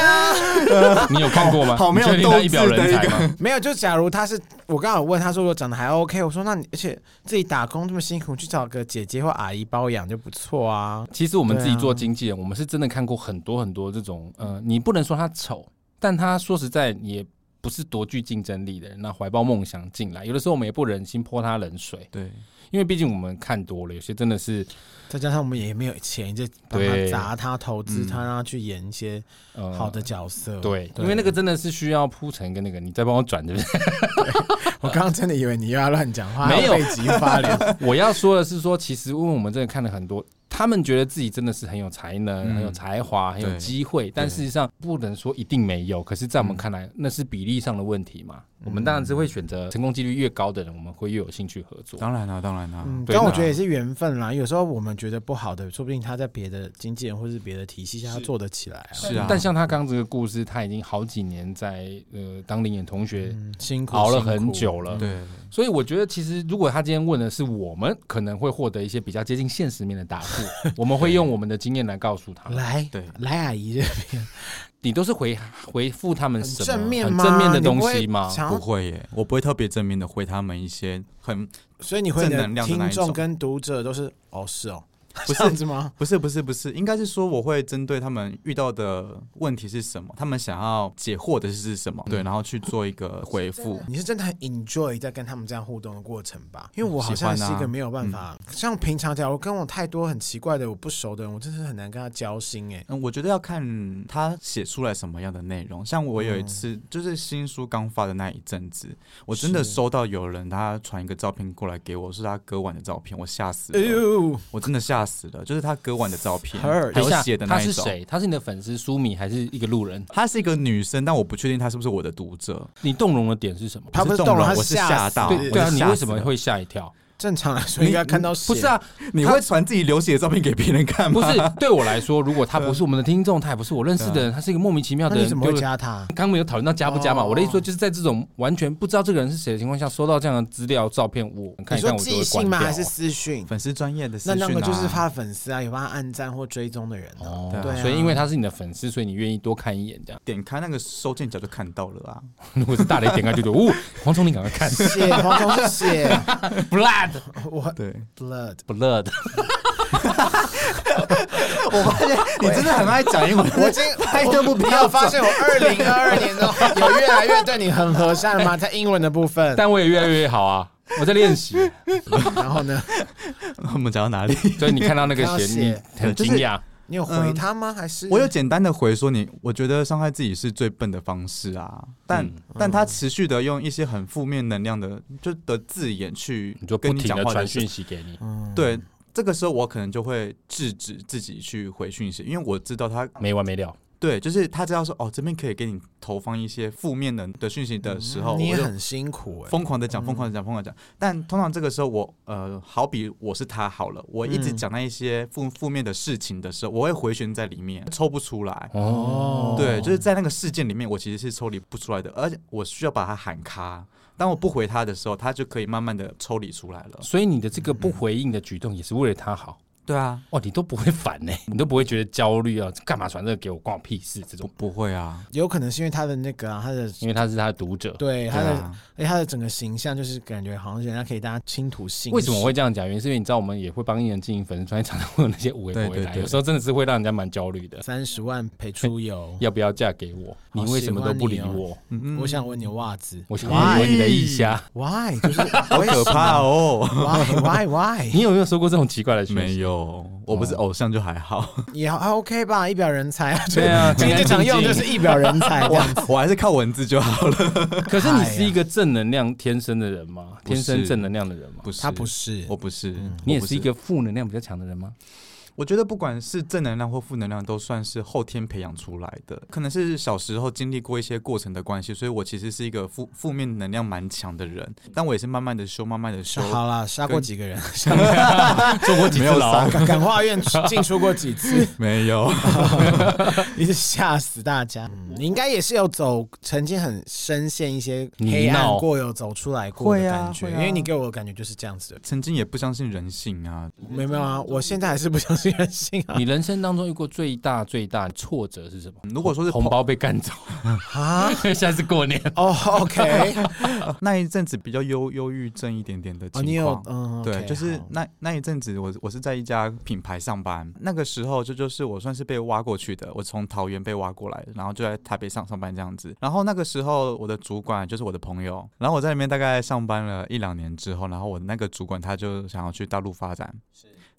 啊，
你有看过吗？
好好没有
你确定他
斗志
一表人才吗？
没有就假如他是我刚好问他说我长得还 OK，我说那你而且自己打工这么辛苦，去找个姐姐或阿姨包养就不错啊。
其实我们
对啊
自己做经纪人，我们是真的看过很多很多这种，呃，你不能说他丑，但他说实在也不是多具竞争力的人。那怀抱梦想进来，有的时候我们也不忍心泼他冷水，
对，
因为毕竟我们看多了，有些真的是，
再加上我们也没有钱，就帮他
对
砸他、投资他，
嗯
让他去演一些
呃，
好的角色。
对，因为那个真的是需要铺陈跟那个，你再帮我转对不对？
我刚刚真的以为你又要乱讲 话，啊
没有
还被急发脸。
我要说的是说，其实因为我们真的看了很多。他们觉得自己真的是很有才能、
嗯
很有才华、很有
对
机会，但事实上不能说一定没有。可是，在我们看来，那是比例上的问题嘛。我们当然是会选择成功几率越高的人，我们会越有兴趣合作。
当然啦、当然啦、
嗯，
对
但我
那
觉得也是缘分啦。有时候我们觉得不好的，说不定他在别的经纪人或是别的体系下他做得起来啊。
是啊，
但像他刚刚这个故事，他已经好几年在呃当林演同学
嗯，辛苦
熬了
辛苦
很久了，
对
所以我觉得其实如果他今天问的是我们，可能会获得一些比较接近现实面的答复，我们会用我们的经验来告诉他。
来
对
来，阿姨这边
你都是回回复他们
很
什么
正面
很
吗？
正面的
你不
东
会
西吗？
想
不
要
会耶，我不会特别正面的回他们一些很
所以你会
正
的
能量的那
听
一种
众跟读者都是哦是哦，
不是
这样子吗？
不是不是不是，应该是说我会针对他们遇到的问题是什么，他们想要解惑的是什么，对，然后去做一个回复。
你是真的很 enjoy 在跟他们这样互动的过程吧？因为我好
喜
像
欢
是
啊嗯
一个没有办法，像平常假如跟我太多很奇怪的我不熟的人，我真是很难跟他交心哎、
嗯，我觉得要看他写出来什么样的内容。像我有一
哦
次，就是新书刚发的那一阵子，我真的
是
收到有人他传一个照片过来给我，是他割腕的照片，我吓死
哎
了，
呦，
我真的吓死了，就是他割腕的照片，
Hurt
还
等
有
一下
写的
他
那一
是
种。
谁？他是你的粉丝苏米还是一个路人？
她是一个女生，但我不确定她是不是我的读者。
你动容的点是什么？
他不是动了，
了，
他
我是吓
死
到。
对对
我
啊，
是
你
吓
为
死
什么
了？
会吓一跳？
正常来说应该看到
不
血
是，啊，
你
他
会传自己流血的照片给别人看
不
吗？
是 对我来说，如果他不是我们的听众，他也不是我认识的人，他是一个莫名其妙
嗯
的
那
人，
你怎么会
对不对
加他？
刚没有讨论到加不加嘛，
哦
我的意思说就是在这种完全不知道这个人是谁的情况下，收到这样的资料照片，我看
你
一
说
看我就
寄
会
信
关
吗？
掉
还
啊。
是私讯？
粉丝专业的私
那
讯
那
啊
个就是他的粉丝啊，有帮他按赞或追踪的人啊。
哦
对啊
对啊
所以因为他是你的粉丝，所以你愿意多看一眼这样。
点开那个收件夹就看到了啊。
如果是大雷点开就觉得，哦，黄虫你赶快 看
血，黄总是血
，blood
我
对，
blood。
blood，
我发现 你真的很爱讲英 文，
我今
拍都不
你
必
有
要
发现我二零二二年中有越来越对你很和善吗？在英文的部 分，
但我也越来越好啊，我在练习。
然后呢？
我们讲到哪里？
所以你看到那个
看到
鞋，
血
你很惊讶，
你有回
嗯
他吗？还是
我有简单的回说你，我觉得伤害自己是最笨的方式啊，但、
嗯
但他持续的用一些很负面能量的就的字眼去
你就不
跟你
停
讲
的
话
传
时候
讯息给你，
对，这个时候我可能就会制止自己去回讯息，因为我知道他
没完没了。
对，就是他知道说哦，这边可以给你投放一些负面的的讯息的时候，
嗯你也
我就
很辛苦哎、
疯狂的讲，疯狂的讲，疯狂的讲。但通常这个时候我，呃，好比我是他好了，我一直
嗯
讲那一些负负面的事情的时候，我会回旋在里面，抽不出来。
哦，
对，就是在那个事件里面，我其实是抽离不出来的，而且我需要把他喊卡。当我不回他的时候，他就可以慢慢的抽离出来了。
所以你的这个不回应的举动也是为了他好。
对啊，
哦，你都不会烦呢、你都不会觉得焦虑啊？干嘛传这个给我，关我屁事？这
不
种，
不会啊，
有可能是因为他的那个、啊、他的
因为他是他的读者。
对他
对
的，
啊
而且他的整个形象就是感觉好像人家可以大家倾吐心事。
为什么我会这样讲？原因是因为你知道，我们也会帮艺人经营粉丝专业，常常会有那些无为
对
不为
对
来，
对
有时候真的是会让人家蛮焦虑的。
三十万陪 出游？
要不要嫁给我？你
好
为什么都不理
喜欢你
我？
嗯嗯
我想闻你的袜子。
我想
Why？
问你的意下。
Why？就是
好可怕哦。
Why Why Why？
你有没有说过这种奇怪的讯息？
没有，我不是偶像就还好，
也还 OK 吧，一表人才啊。
对啊
就是今天最常用就是一表人才这样。
我我还是靠文字就好了。
可是你是一个正能量天生的人吗？
不
天
是
生正能量的人吗？
不是，
他不，是
我不是，
你也
我不
是一个。负能量比较强的人吗？
我觉得不管是正能量或负能量，都算是后天培养出来的，可能是小时候经历过一些过程的关系，所以我其实是一个负负面能量蛮强的人，但我也是慢慢的修，慢慢的修。
好啦，杀过几个 人，
做过几
没有
次 牢？
感感化院进出过几次，
没有，
一直吓死大家。嗯你应该也是有走，曾经很深陷一些黑
泥
暗
淖
过，有走出来过的
会啊
感觉。
会
因
啊
为你给我的感觉就是这样子的。
曾经也不相信人性啊，
没有没有啊，我现在还是不相信人性啊
你人生当中遇过最大最大的挫折是什么？
如果说是
红包被干走，
啊！
下次过年
哦，OK，
那一阵子比较忧忧郁症一点点的
哦，你
情况
有，嗯，
对
OK，
就是
好
那那一阵子我，我是在一家品牌上班，那个时候这就是我算是被挖过去的，我从桃园被挖过来的，然后就在台北上上班这样子。然后那个时候我的主管就是我的朋友，然后我在里面大概上班了一两年之后，然后我的那个主管他就想要去大陆发展，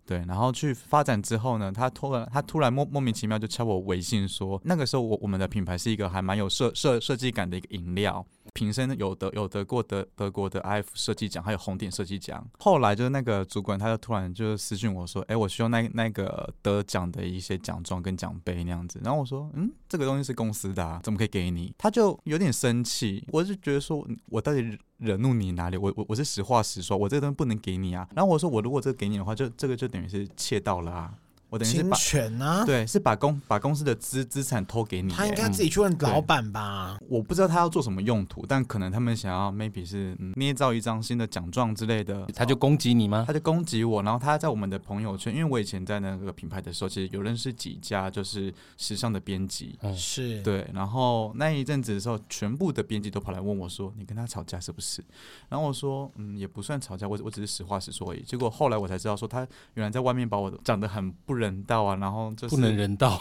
对，然后去发展之后呢，他突然他突然莫莫名其妙就敲我微信说，那个时候我我们的品牌是一个还蛮有设设设计感的一个饮料，瓶身有得有得过德德国的 IF 设计奖，还有红点设计奖。后来就是那个主管，他就突然就私讯我说，哎，我需要那那个得奖的一些奖状跟奖杯那样子。然后我说，嗯，这个东西是公司的、啊，怎么可以给你？他就有点生气，我就觉得说，嗯我到底惹惹怒你哪里？我我我是实话实说，我这个东西不能给你啊。然后我说，我如果这个给你的话，就这个就等于是窃盗了啊，我等于是
侵
把。
权啊，
对，是把公把公司的资资产偷给你、
他应
哎
该自己去问老板吧。
我不知道他要做什么用途，但可能他们想要 maybe 是、嗯捏造一张新的奖状之类的，
他就攻击你吗？
他就攻击我，然后他在我们的朋友圈，因为我以前在那个品牌的时候，其实有认识几家就是时尚的编辑，
嗯
是，
对，然后那一阵子的时候，全部的编辑都跑来问我说：“你跟他吵架是不是？”然后我说：“嗯，也不算吵架，我我只是实话实说而已。”结果后来我才知道说，他原来在外面把我讲得很不人道啊，然后就是
不能人道，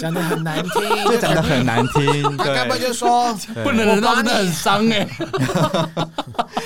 讲的很难听，
就讲得很难 听，
他根本
对，
就 说
对
不能人道，真的很伤哎、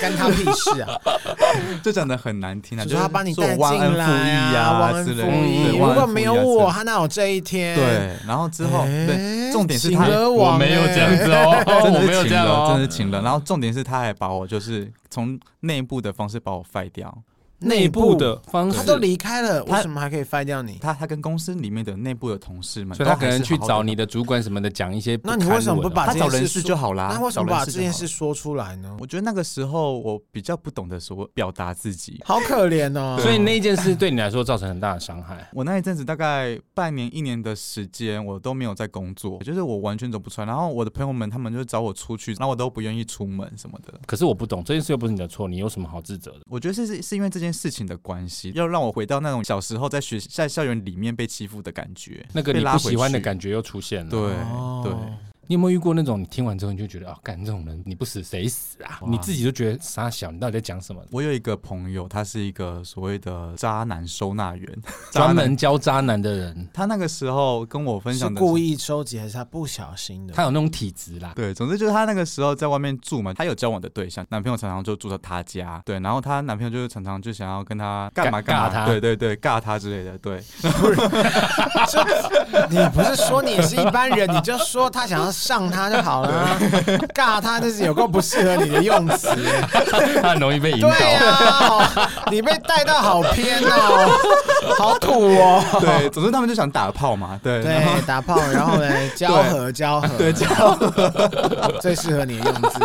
干他屁事啊，
就讲的很难听啊，
就
就是是
他把你
做
带
忘
进
恩负
来
义
啊，忘
之
恩
类
负
的。
义。
对
如
忘
果
恩
没有
负义啊
我，
之
他哪有这一天？嗯
类的，对，然后之后
哎
对，重点是
情
他
歌王
我没有
哎
这样子哦，
真
我
的
没有
是
这
情
样
了，
哦
真的是。情了。然后重点是他还把我就是从内部的方式把我废掉，
内部的方
他
式，
都离开了，
他
为什么还可以废掉你？
他他跟公司里面的内部的同事们，
所以他
都
可
还是
能去
好好
找
地
你的主管什么的讲一些堪
那
入耳
你
的话。
为什么不把
他
这件
找
事
人事
说
就好啦，
那为什么
找人
把
事
这
就
件
好
事
了？
说出来呢？
我觉得那个时候我比较不懂得说表达自己。
好可怜哦。
所以那件事对你来说造成很大的伤害。
我那一阵子大概半年一年的时间，我都没有在工作，就是我完全走不出来。然后我的朋友们他们就找我出去，然后我都不愿意出门什么的。
可是我不懂这件事又不是你的错，你有什么好自责的？
我觉得是是是因为这件事情的关系，要让我回到那种小时候在学在校园里面被欺负的感觉，
那个
被
你
拉
不
回去
喜欢的感觉又出现了。
对、
哦
对，
你有没有遇过那种你听完之后你就觉得啊，干这种人你不死谁死啊？你自己就觉得傻小，你到底在讲什么？
我有一个朋友，他是一个所谓的渣男收纳员，渣
专
男
门教渣男的人，
他那个时候跟我分
是
享的
故意收集还是他不小心的？
他有那种体质啦。
对，总之就是她那个时候在外面住嘛，她有交往的对象，男朋友常常就住在她家，对，然后她男朋友就是常常就想要跟她干嘛
尬
干嘛，
尬她
对对对，尬她之类 的，对，
你不是说你也是一般人，你就说他想要上他就好了啊，尬他这是有够不适合你的用 词。
他很容易被引
对
导。
啊，你被带到好偏哦，好土哦。
对，总之他们就想打炮嘛，对，然 后
对，打炮，然后呢， 交合，交合，对，交合， 最适合你的 用字。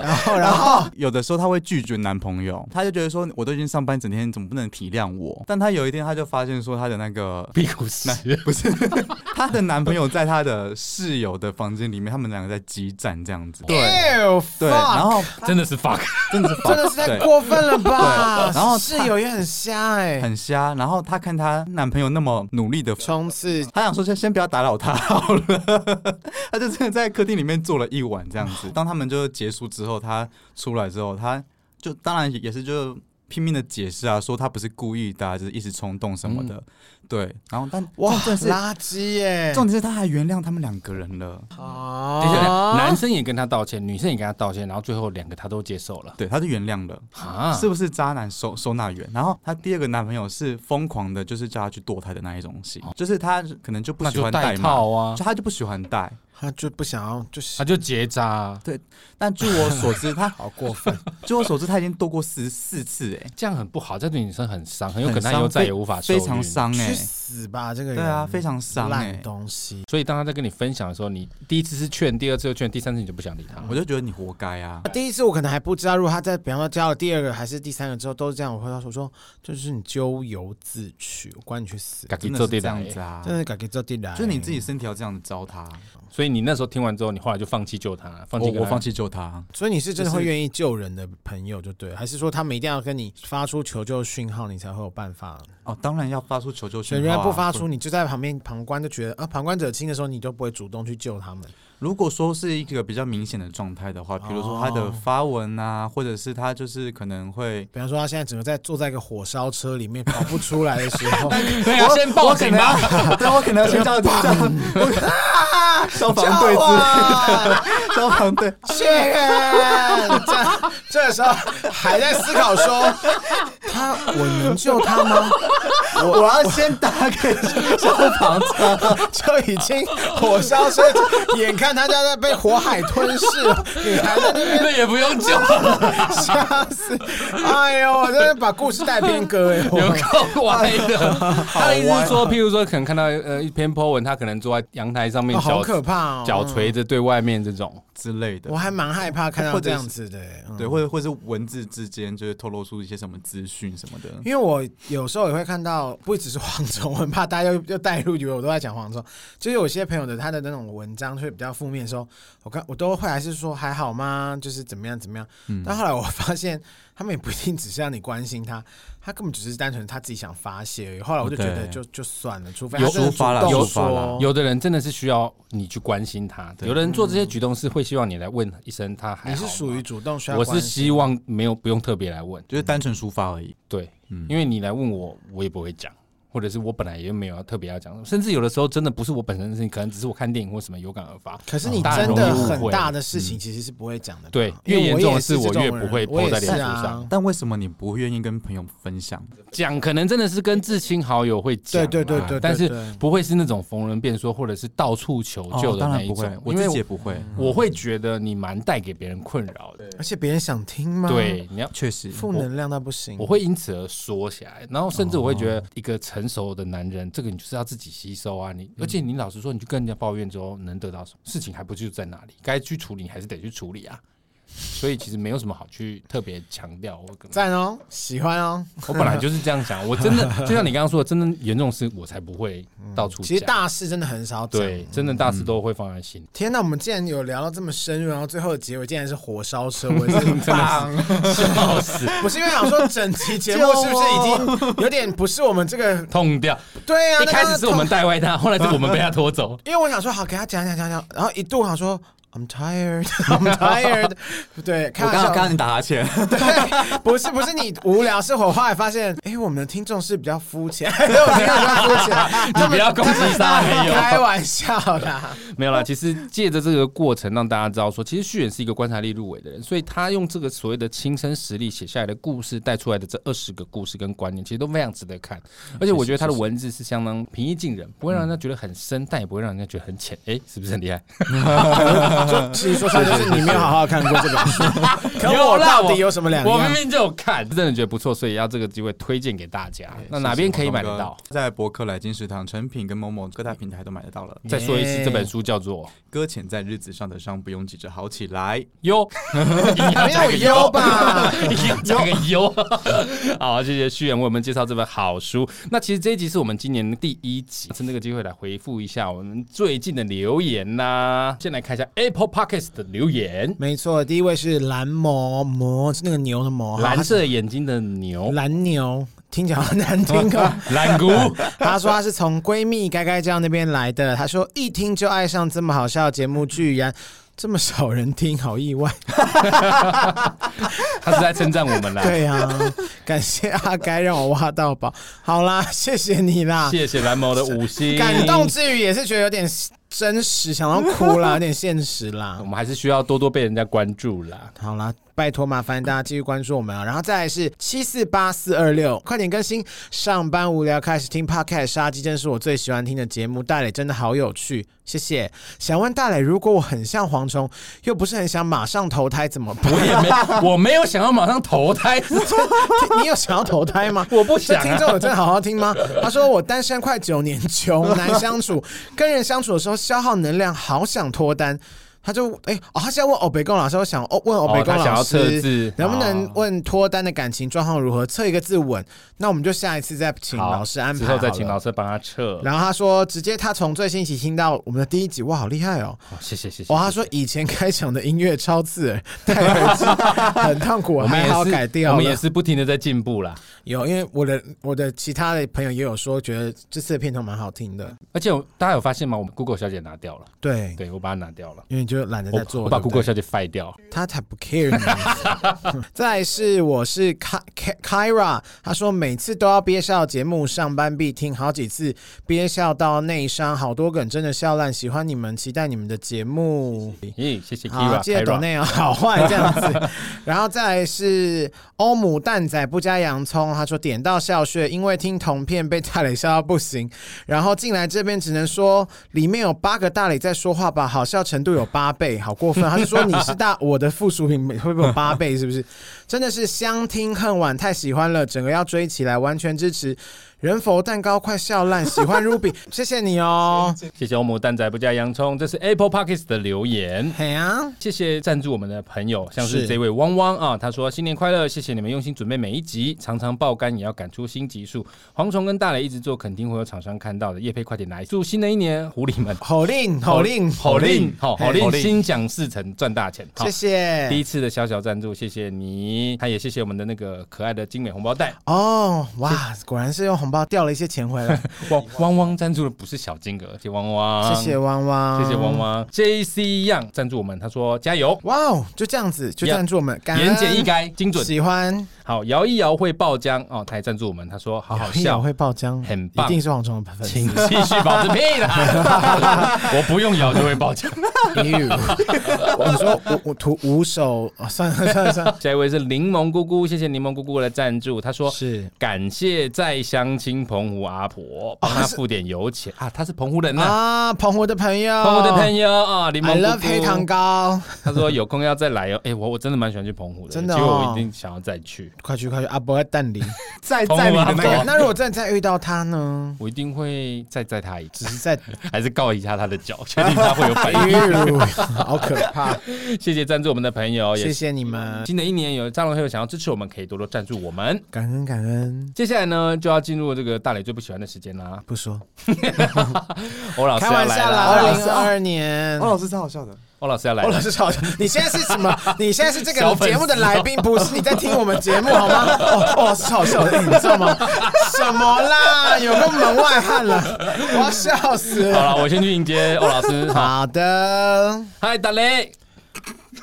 然后，然后，
有的时候她会拒绝男朋友，她就觉得说我都已经上班一整天，你怎么不能体谅我？但她有一天她就发现说她的 那个
屁股湿，
不是她的男朋友在她的室友的房间里面，他们两个在激战这样子，
对
对，然后
真的是 fuck。
真的是
真的是太
对
过分了吧？
对然后他
室友也很瞎哎、
很瞎，然后她看她男朋友那么努力的
冲刺
她想说先先不要打扰她 好了，她就真的在客厅里面坐了一晚这样子。当他们就结束之后，她出来之后，她就当然也是就拼命的解释啊，说她不是故意的啊、就是一时冲动什么的。
嗯
对，然后但
哇，
重点是
垃圾耶、
重点是她还原谅他们两个人了。
啊
等一
哦
下男生也跟他道歉，女生也跟他道歉，然后最后两个他都接受了。
对，她就原谅了，
啊，
是不是渣男收收纳员？然后她第二个男朋友是疯狂的，就是叫她去堕胎的那一种型，就是她可能就
哦
不
那
喜
就
欢
戴
嘛，
套啊，
就她就不喜欢戴。
他就不想要，就是
他就结扎啊，
但据我所 知，她
好过分。
据我所知，她已经堕过四四次哎、
这样很不好，这对女生很伤，很有
很
可能她以
伤
后再
非
也无法受
非常
孕。
伤哎、
去死吧，这个人！
对啊，非常伤哎、
烂东西。
所以当他在跟你分享的时候，你第一次是劝，第二次又劝，第三次你就不想理他。
我就觉得你活该啊。
第一次我可能还不知道，如果他在比方说交了第二个还是第三个之后都是这样，我会说说这就是你咎由自取，我管你去死，
赶紧
真
做
的
对
是这
的哎
样，子啊，
真的改给做地来，
就是你自己。身体要这样子糟蹋。啊
所以你那时候听完之后，你后来就放弃救他，放
哦
弃
我
跟
我
他
放弃救他，
所以你是真的会愿意救人的朋友，就对了，还是说他们一定要跟你发出求救讯号，你才会有办法？
哦，当然要发出求救
所以
讯
人家
号、啊。
不发出，你就在旁边旁观，就觉得啊，旁观者清的时候，你都不会主动去救他们。
如果说是一个比较明显的状态的
哦
话，比如说他的发文啊，或者是他就是可能会。
比方说，他现在整个在坐在一个火烧车里面跑不出来的时 候，
对啊，先报警吧。
吧。对，我可能要先叫叫消防队之类的，消防队。
谢人， 这这时候还在思考说， 他我能救他吗？
我要先打给消防车。
就已经火烧车，眼看他就要被火海吞噬了，你还在那边
那也不用 救，
吓死！哎呦，我真的把故事带偏歌哎，
有
我
够歪的。
哦
他的意思是
好歪
说，譬如说，可能看到呃一篇 po 文，他可能坐在阳台上面
哦，
脚
好可怕哦，
脚垂着对外面这种，
之类的
我。还蛮害怕看到
或者
这
是
样子的，嗯
对，或者或者是文字之间就是透露出一些什么资讯什么的。
因为我有时候也会看到，不只是蝗虫，我很怕大家又又带入，以为我都在讲蝗虫。就是有些朋友的他的那种文章会比较负面的时候，我看我都会还是说还好吗？就是怎么样怎么样。
嗯
但后来我发现，他们也不一定只是让你关心他，他根本只是单纯他自己想发泄而已。后来我就觉得
对
就就算了，除非
有
他真的
抒发啦
主动
有
抒发啦
说
有的人真的是需要你去关心他，
对
有的人做这些举动是会希望你来问一声他还
你
好吗
是属于主动需要
我
关心，
是希望没有不用特别来问，
就是单纯抒发而已。
对，
嗯
因为你来问我，我也不会讲，或者是我本来也没有要特别要讲，甚至有的时候真的不是我本身的事情，可能只是我看电影或什么有感而发。
可是你
大家
真
容
的
易误会嗯
很大的事情其实是不会讲的吧，
对
因为
越严
我
重
也
的
是
事我
这种
越不
人
会
我也
po 在脸
是
书
啊
上
但为什么你不愿意跟朋友分享？
讲可能真的是跟至亲好友会讲
对
啦，
对对对，
但是
对对
不会是那种逢人便说，或者是到处求救的
哦当
那
然
一
不
哦
种，
会，我
因为
自己也不会。
我嗯会觉得你蛮带给别人困扰的。
而且别人想听吗？，
对，你要
确实，
负能量到不行。
我会因此而缩起来，然后甚至我会觉
哦
得一个成熟的男人，这个你就是要自己吸收啊。
嗯
你而且你老实说，你去跟人家抱怨之后能得到什么？事情还不就在那里？该去处理你还是得去处理啊。所以其实没有什么好去特别强调。我跟
赞哦，喜欢哦。
我本来就是这样想，我真的就像你刚刚说的，真的有这种事我才不会到处讲。
嗯其实大嗯事真的很少讲。
对，真的大事都会放在心里。
天哪，我们竟然有聊到这么深入，然后最后的结尾竟然是火烧车，我真的棒！
笑死，
不是因为想说整期节目是不是已经有点不是我们这个？
痛掉。
对啊，
一开始是我们带坏他，后来是我们被他拖走。
因为我想说好给他讲讲讲讲，然后一度想说 I'm tired, I'm tired，对，开
我
玩
刚刚
笑，
刚你打哈 欠，
对， 不是不是你无聊，是我后来发 现，哎、我们的听众是比较肤浅， 对，我听众比较肤 浅，
你不要攻击他，没有。
开玩笑啦，
没有啦，其实借着这个过程，让大家知道说，其实旭远是一个观察力入围的人，所以他用这个所谓的亲身实力写下来的故事，带出来的这二十个故事跟观念，其实都非常值得看。
嗯
而且我觉得他的文字是相当平易近人，不会让人家觉得很深，但也不会让人家觉得很浅。哎、是不是很厉害？
嗯 说其实说穿 就是你没有好好看过这本书， 可
有
我
啦
到底有什么两
我明
样？
明就有看，真的觉得不错，所以要这个机会推荐给大家。
哎
那哪边可以买得到？？
在博客来、金石堂、成品跟某某各大平台都买得到了。
再说一次，这本书叫做《
搁浅在日子上的伤，不用急着好起来。
哟》，
没有优吧？
讲个优。好，谢谢旭远为我们介绍这本好书。那其实这一集是我们今年第一集，趁这个机会来回复一下我们最近的留言呐、先来看一下 Apple Podcast 的留言，
没错，第一位是蓝魔魔，是那个牛的魔，
蓝色眼睛的牛，
蓝牛，听起来好难听哦。
蓝谷。
她说她是从闺蜜该该酱那边来的。她说一听就爱上这么好笑的节目，居然这么少人听，好意外。
他是在称赞我们啦。
对啊， 感谢阿该让我挖到宝。好啦， 谢谢你啦，
谢谢蓝某的五星，
啊感动。之余也是觉得有点真实，想要哭 啦，有点现实啦
我。们还是需要多多被人家关注啦。
好啦，拜托麻烦大家继续关注我们啊！然后再来是七四八四二六，快点更新。上班无聊开始听 Podcast，杀鸡真是我最喜欢听的节目。大磊真的好有趣，谢谢。想问大磊，如果我很像蝗虫，又不是很想马上投胎，怎么办？
我也没，我没有想要马上投胎，
你有想要投胎吗？
我不
这
想
听
啊。
众有真的好好听吗？他说我单身快九年， 穷难相处，跟人相处的时候消耗能量，好想脱单。他就哎、哦，他现在问欧北贡老师，我想哦问欧北
哦，
贡
他想
老
要
师、
测字，哦
能不能问脱单的感情状况如何？测一个字稳，那我们就下一次再请
好
老师安排
之
好
后
了。
再请老师帮他测？
然后他说，直接他从最新一期听到我们的第一集，哇，好厉害哦！
哦谢谢谢谢。
哇，他说以前开场的音乐超刺耳，戴 耳机很痛苦，
我们也
还好
是，
改掉
我
了。
们也是不停的在进步啦。
有，因为我的我的其他的朋友也有说，觉得这次的片头蛮好听的。
而且我大家有发现吗？我们 Google 小姐拿掉了，
对，
嗯对我把它拿掉了，
因嗯为你就懒得再
我
做，
我把
对不
Google
对
小姐废掉。
他才不 care 呢。 再来是我是 Ki- Ki- Kira，他说每次都要憋笑节目，上班必听好几次，憋笑到内伤，好多梗真的笑烂，喜欢你们，期待你们的节目。
咦，谢谢
好，
Kira，
记得懂
Kira
那样啊 好坏 这样子，然后再来是欧姆蛋仔不加洋葱，他说点到笑穴，因为听同片被大磊笑到不行，然后进来这边只能说里面有八个大磊在说话吧，好笑程度有八倍，好过分。他是说你是大我的附属品会不会有八倍？是不是？真的是相听恨晚，太喜欢了，整个要追起来，完全支持。人佛蛋糕快笑烂，喜欢 Ruby，谢谢你哦。
谢谢欧姆蛋仔不加洋葱，这是 Apple Podcast 的留言。
嘿啊，
谢谢赞助我们的朋友，像是
是
这位汪汪啊，他说新年快乐，谢谢你们用心准备每一集，常常爆肝也要赶出新集数。蝗虫跟大雷一直做，肯定会有厂商看到的，叶配快点来，祝新的一年狐狸们
口令口令
吼令好吼令
吼令
心想事成，赚大钱。好
谢谢。
第一次的小小赞助，谢谢你，他也谢谢我们的那个可爱的精美红包袋。
哦，哇，果然是用红包调了一些 钱回来，
汪汪汪赞助的不是小金额，谢谢汪汪，
谢谢汪
嗯
汪，
谢谢汪。汪。J C 样赞助我们，他说加油，
哇哦，就这样子就
Yeah
赞助我们，感恩
言简意赅，精准。
喜欢
好，摇一摇会爆浆哦，他也赞助我们，他说好好
摇一摇
笑。
哎会爆浆，
很
一
棒
定是蝗虫的粉
请
丝。
继续保持屁啦！ 我不用摇就会爆浆。
You 我说我我涂五手，哦算了算了 算了，
下一位是柠檬姑姑，谢谢柠檬姑姑的赞助。他说
是
感谢在乡亲澎湖阿婆帮他付点油钱啊，他是澎湖人呐、
啊，澎湖的朋友，
澎湖的朋友啊，柠檬
呃 i
姑
love
姑
黑糖糕，
他说有空要再来哦。哎、我我真的蛮喜欢去澎湖的，
真的哦
结果我一定想要再去。
快去快去，阿伯在蛋里，
在在你的那
同
个
吗
那如果真的再遇到他呢？
我一定会再载他一次，
只是在，
还是告一下他的脚， 确定他会有反
哎
应。
好可 怕！
谢谢赞助我们的朋友，也
谢
是
谢你们，
新的一年有张龙朋友想要支持我们，可以多多赞助我们。
感恩感恩。
接下来呢，就要进入这个大磊最不喜欢的时间啦。
不说，
欧老师
开
要
玩
来
笑
了，
啦，
欧
二
老
零
师
二二年
欧。老师超好笑的，
欧老师要来
欧
了
老。师吵，你现在是什么？你现在是这
小
个
粉丝
节目的来宾，不是你在听我们节目好吗？哦，欧老师好笑的，你知道吗？什么啦？有个门外汉了，我要笑死
好
了。
了，我先去迎接欧老 师。好，
好的，
嗨，大磊，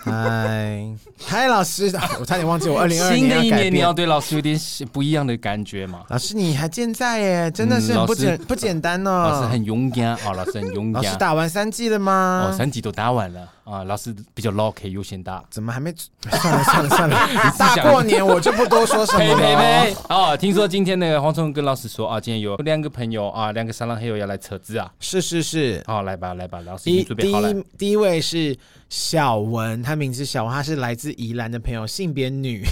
嗨，嗨，老师，啊我差点忘记我二零二
新的一
改
年你要对
变。
老师有点不一样的感觉嘛？
老师，你还健在耶，真的
嗯
是很
老
不
师
简不简单
老师
呢。
很勇敢啊，老师很勇
嗯老师
敢。
打完三季了
哦，
吗？
三级都打完了啊，老师比较 low，可以优先打。
怎么还没？ 算了算了算 了，
是
大
想
过年我就不多说什么
呸 呸
了
呸。！哦，听说今天那个黄聪跟老师说啊，今天有两个朋友啊，两个沙浪黑友要来扯资啊。
是是是，
好，来吧来吧，老师已
第
经准备
第
好了。
一第一位是小文，她名字是小文，她是来自宜兰的朋友，性别女。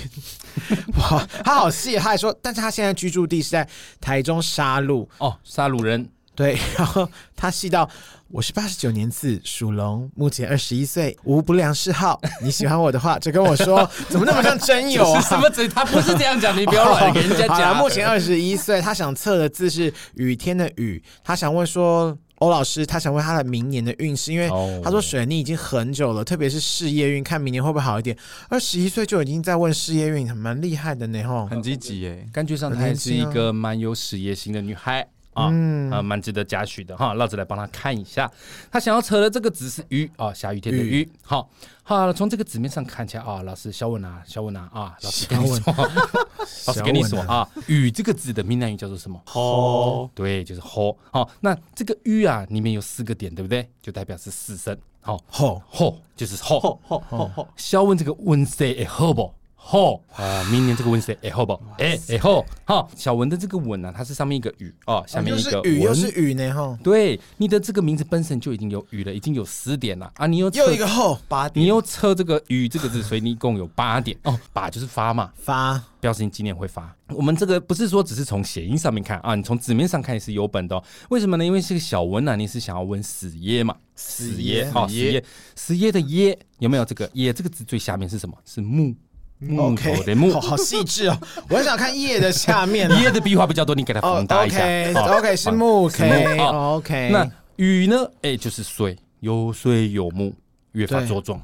哇，她好细，她还说，但是她现在居住地是在台中沙鹿，
哦，杀鲁 人，
对，然后她细到我是八十九年次，属龙，目前二十一岁，无不良嗜好。你喜欢我的话，就跟 我说，怎么那么像真友啊？
是什么嘴？他不是这样讲，你不要乱给人家
好啦
讲。
目前二十一岁，他想测的字是雨天的雨，他想问说。欧老师，他想问他的明年的运势，因为
哦
他说水逆已经很久了，特别是事业运，看明年会不会好一点。二十一岁就已经在问事业运，蛮厉害的呢吼。
很积极耶。
感觉上她也是一个蛮有事业心的女孩。啊，啊，蛮值得嘉许的哈，老子来帮她看一下，她想要扯的这个字是鱼啊，下雨天的鱼。好，好，从这个纸面上看起来啊，老师肖文啊，肖文啊，啊，老师跟你说，老师跟你说啊，雨这个字的闽南语叫做什么？
哦，
对，就是吼。好，那这个鱼啊，里面有四个点，对不对？就代表是四声。好，
吼，
吼就是
吼
吼。
吼吼吼！
肖问这个 Wednesday 会好不？好啊，明年这个 Wednesday 会好不？哎哎好。好，小文的这个文呢、啊，它是上面一个雨哦，下面
又
一
是
个
雨又
文
是雨呢吼，
对，你的这个名字本身就已经有雨了，已经有十点了啊！你又测
又一个吼
八
你
点
又测这个“雨”这个字，所以你一共有八点哦。把就是发嘛，
发
表示你今年会发。我们这个不是说只是从谐音上面看啊，你从纸面上看也是有本的、哦。为什么呢？因为是个小文啊，你是想要问死耶嘛？死
耶
哦，死
死耶
耶，死耶的耶有没有这个耶这个字最下面是什么？是木木头的嗯木
嗯，OK，好。好细致哦。我很想看叶的下面 啊
耶的笔画比较多，你给它
哦
放大一下。哦
，OK，OK 是木
是木哦
K，OK，
那雨呢？哎、就是水，有水有木，越发
对
茁壮。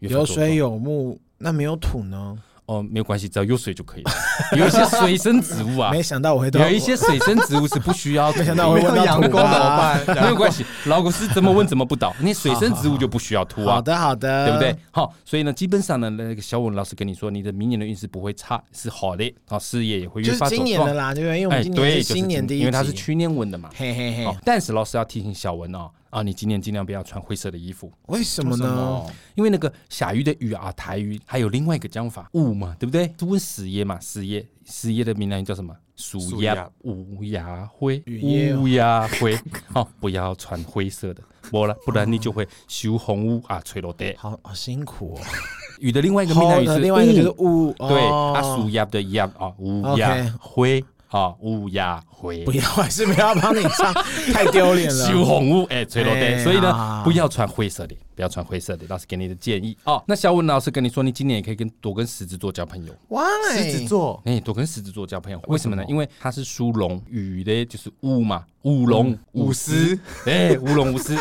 越发
有
茁壮
水有木，那没有土呢？
哦，没有关系，只要有水就可以了。有一些水生植物 啊
没，想到我会到
有一些水生植物是不需要土的，没
想到我会
没
问
有
到
阳
土
光怎么
吧
办？
没有关系，老公是怎么问怎么不倒，你水生植物就不需要秃
好
啊。
的，好的，
对不对？？好，所以呢，基本上呢，那个小文老师跟你说，你的明年的运势不会差，是好的，好事业也会
就
越
是
发
今
茁
年的
壮。哎
啦，对不对？因为我们今
对，
年
就是
新年第一集，
因为他是去年问的嘛。
嘿嘿
哦
嘿，，
但是老师要提醒小文哦，啊，你今年尽量不要穿灰色的衣服，
为什么呢？
因为那个下雨的雨啊，台语还有另外一个讲法，雾嘛，对不对？是问死叶嘛，死叶，死叶的闽南语叫什么？鼠
鼠
鸦
鸦
乌鸦灰，
雨夜哦
乌鸦灰， 哦，不要穿灰色的，不然不然你就会修红屋啊，吹落地。
好好辛苦哦。
雨的另外一个闽南语
好
是
的另外一个就是
雾，
雾，
对，
哦
啊，鼠鸦的鸦啊，乌
OK
鸦灰啊，乌鸦灰
不。要，还是不要帮你 唱，太丢脸了。
修红屋，哎，吹落
哎
地，所以呢
啊，
不要穿灰色的，不要穿灰色的，老师给你的建议哦。那小文老师跟你说，你今年也可以跟多跟狮子座交朋友。
Why？
狮子座
哎、多跟狮子座交朋友，为什么呢？因为它是属龙，雨的就是乌嘛，舞龙舞
舞
狮
狮，
哎、舞龙舞狮，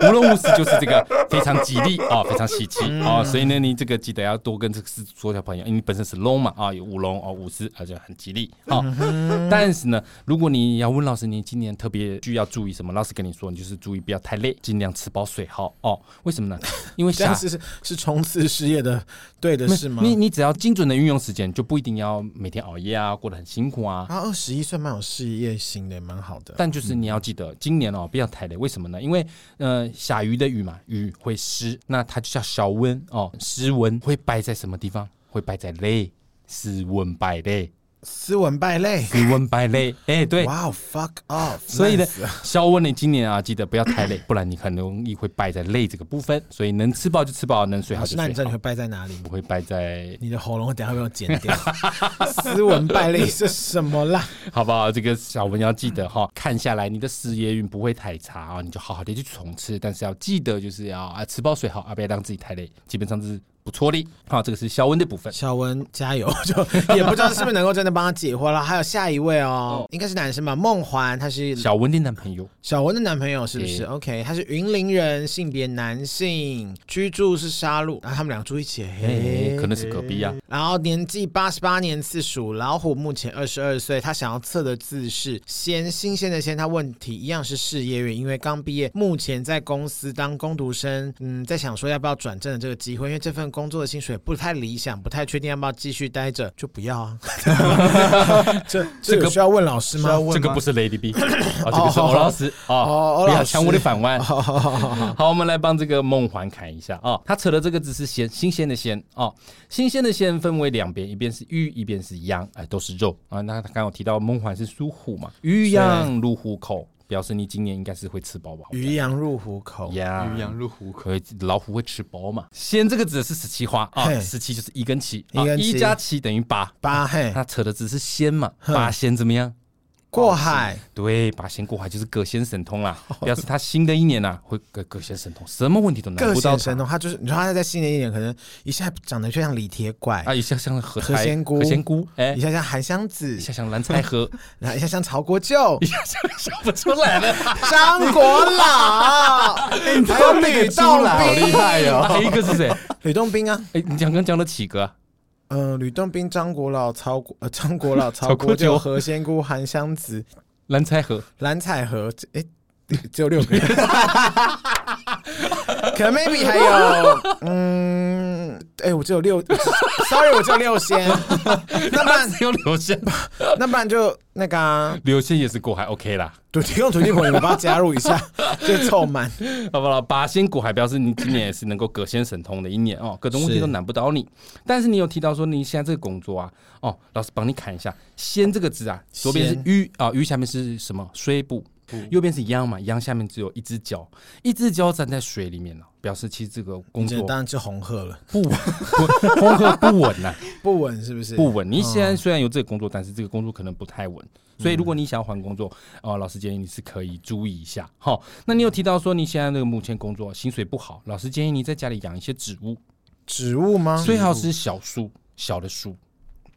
舞龙舞狮就是这个非常吉利啊、哦，非常喜气啊、哦，所以呢，你这个记得要多跟这个狮子座交朋友，因为你本身是龙嘛啊、有舞龙哦，舞狮，而且很吉利啊、哦但是呢，如果你要问老师，你今年特别需要注意什么？老师跟你说，你就是注意不要太累，尽量吃饱睡好哦。为什么呢？因为下
这样是是是冲刺事业的对的
没
事吗？
你你只要精准的运用时间，就不一定要每天熬夜啊，过得很辛苦啊。
他二十一岁蛮有事业心的，也蛮好的。
但就是你要记得，今年哦不要太累，为什么呢？因为呃下雨的雨嘛，雨会湿，那它就叫小 温哦，湿温会败在什么地方？会败在累，湿温败累。
斯文败类。
斯文败类，哎，对。
哇、wow, fuck off！
所以呢
累死了，
肖温，你今年啊，记得不要太累，不然你很容易会败在累这个部分。所以能吃饱就吃饱，能睡好
老
就
师，那你知道
睡
你
好
会。败在哪里？
不会败在
你的喉咙等一下会被我剪 掉。斯文败类是什么啦？
好不好？这个小文要记得哈，看下来你的事业运不会太差啊，你就好好的去冲刺，但是要记得就是要啊吃饱睡好啊，不要让自己太累，基本上这是不错的。好，这个是小文的部分。
小文加油！ 就也不知道是不是能够真的帮他解惑了。还有下一位哦，应该是男生吧？梦环，他是
小文的男朋友
小文的男朋友是不
诶
是、o k 他是云林人，性别男性，居住是沙鹿，然后他们俩住一起，嘿
诶可能是隔壁啊
然后年纪八十八年次属老虎，目前二十二岁。他想要测的字是先新鲜的先，他问题一样是事业运，因为刚毕业，目前在公司当工读生，嗯，在想说要不要转正的这个机会，因为这份工作的薪水不太理想，不太确定要不要继续待着，就不要 啊。这
这个
有需要问老师
是要
吗？
问
这个
吗
不是 Lady B，啊，这个是
哦
欧老师
哦
啊，
欧
不要
老师
抢我的反弯。
好好好好好
好，我们来帮这个梦环看一下啊、哦。他扯的这个字是鲜，新鲜的鲜哦。新鲜的鲜分为两边，一边是鱼，一边是羊，哎，都是肉啊。那他刚刚有提到梦环是属虎嘛，鱼羊入虎口，表示你今年应该是会吃饱饱的。
鱼羊入虎口。
呀，
鱼羊入虎口，
可以，老虎会吃饱嘛？鲜这个指的是十七花啊，
嘿
十七就是一跟七，
一跟
一
七
加七等于八。
八嘿，
他扯的字是鲜嘛，
哼
八鲜怎么样？
过海
对，八仙过海就是各仙神通啦， 表示他新的一年呐、会各各仙神通，什么问题都难
各
不到
显
他
神。通，他就是你说他在新的一年，可能一下长得就像李铁拐，
啊，一下像河
河
苔
鲜菇
河鲜菇，哎、
一下像韩湘子
一，下像蓝菜 盒，
然后一下像曹国舅
一、下像笑不出来了。
张国哎老，还有吕洞
好厉
宾，
害哦！
啊还有一个是谁？
吕洞宾啊，
哎、你讲刚讲了几个、啊？
嗯，吕洞宾、张国老、曹国呃张国
国
老、曹国
舅
舅、何仙姑、韩湘子、
蓝菜盒，
蓝采和，哎，只有六 个人，可能 maybe 还有，嗯，哎，我只有六，sorry，我只有六仙，那不然
只 有柳线，
那不然就那个、啊，
柳线也是过海，OK 啦，
就提供土 地朋友，把它加入一下，就凑 满。
好不好？八仙过海表示你今年也是能够各仙神通的一年哦，各种问题
是
都难不倒你。但是你有提到说你现在这个工作啊，哦，老师帮你看一下“仙”这个字啊，左边是
仙
鱼啊，鱼下面是什么？水部。右边是羊嘛，羊下面只有一只脚，一只脚站在水里面了，表示其实这个工
这
作
当然是红鹤了，
不稳， 不风和不稳啊呐、
不稳是不是？
不稳。你现
嗯
在虽然有这个工作，但是这个工作可能不太稳，所以如果你想要换工作，哦、老师建议你是可以注意一下。好，那你有提到说你现在这个目前工作薪水不好，老师建议你在家里养一些植物，
啊植物吗？
最好是小树。小的树，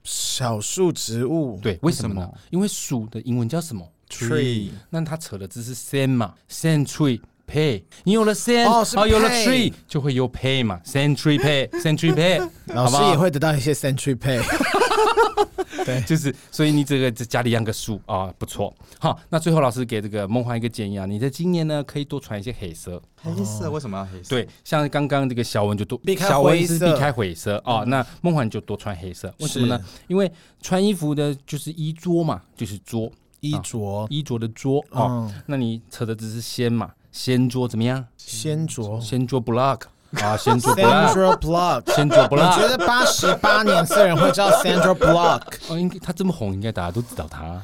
小树植物，
对，为什么呢
为什么？
因为树的英文叫什么
Tree
那它扯的字是 san 嘛，san tree pay。你有了 san，
哦是
有了
pay
tree 就会有 pay 嘛，san tree pay，san tree pay，好
老师
不好
也会得到一些 century pay。
就是，所以你这个在家里养个树啊，不错。好，那最后老师给这个梦幻一个建议啊，你在今年呢可以多穿一些黑色，
黑色为什么要黑色？
对，像刚刚这个小文就多
避开
小文是
灰色嗯
避开灰色哦，那梦幻就多穿黑色，为什么呢
是？
因为穿衣服的就是衣着嘛，就是着
衣着，
衣着的着哦，
嗯
那你扯的只是仙嘛，仙着怎么样？
仙着
仙着 block 啊，仙着 block，
，Sandra Block。
仙着
我
block，
觉得 八十八年次的人会知道 Sandra Block，
哦，应该他这么红，应该大家都知道他，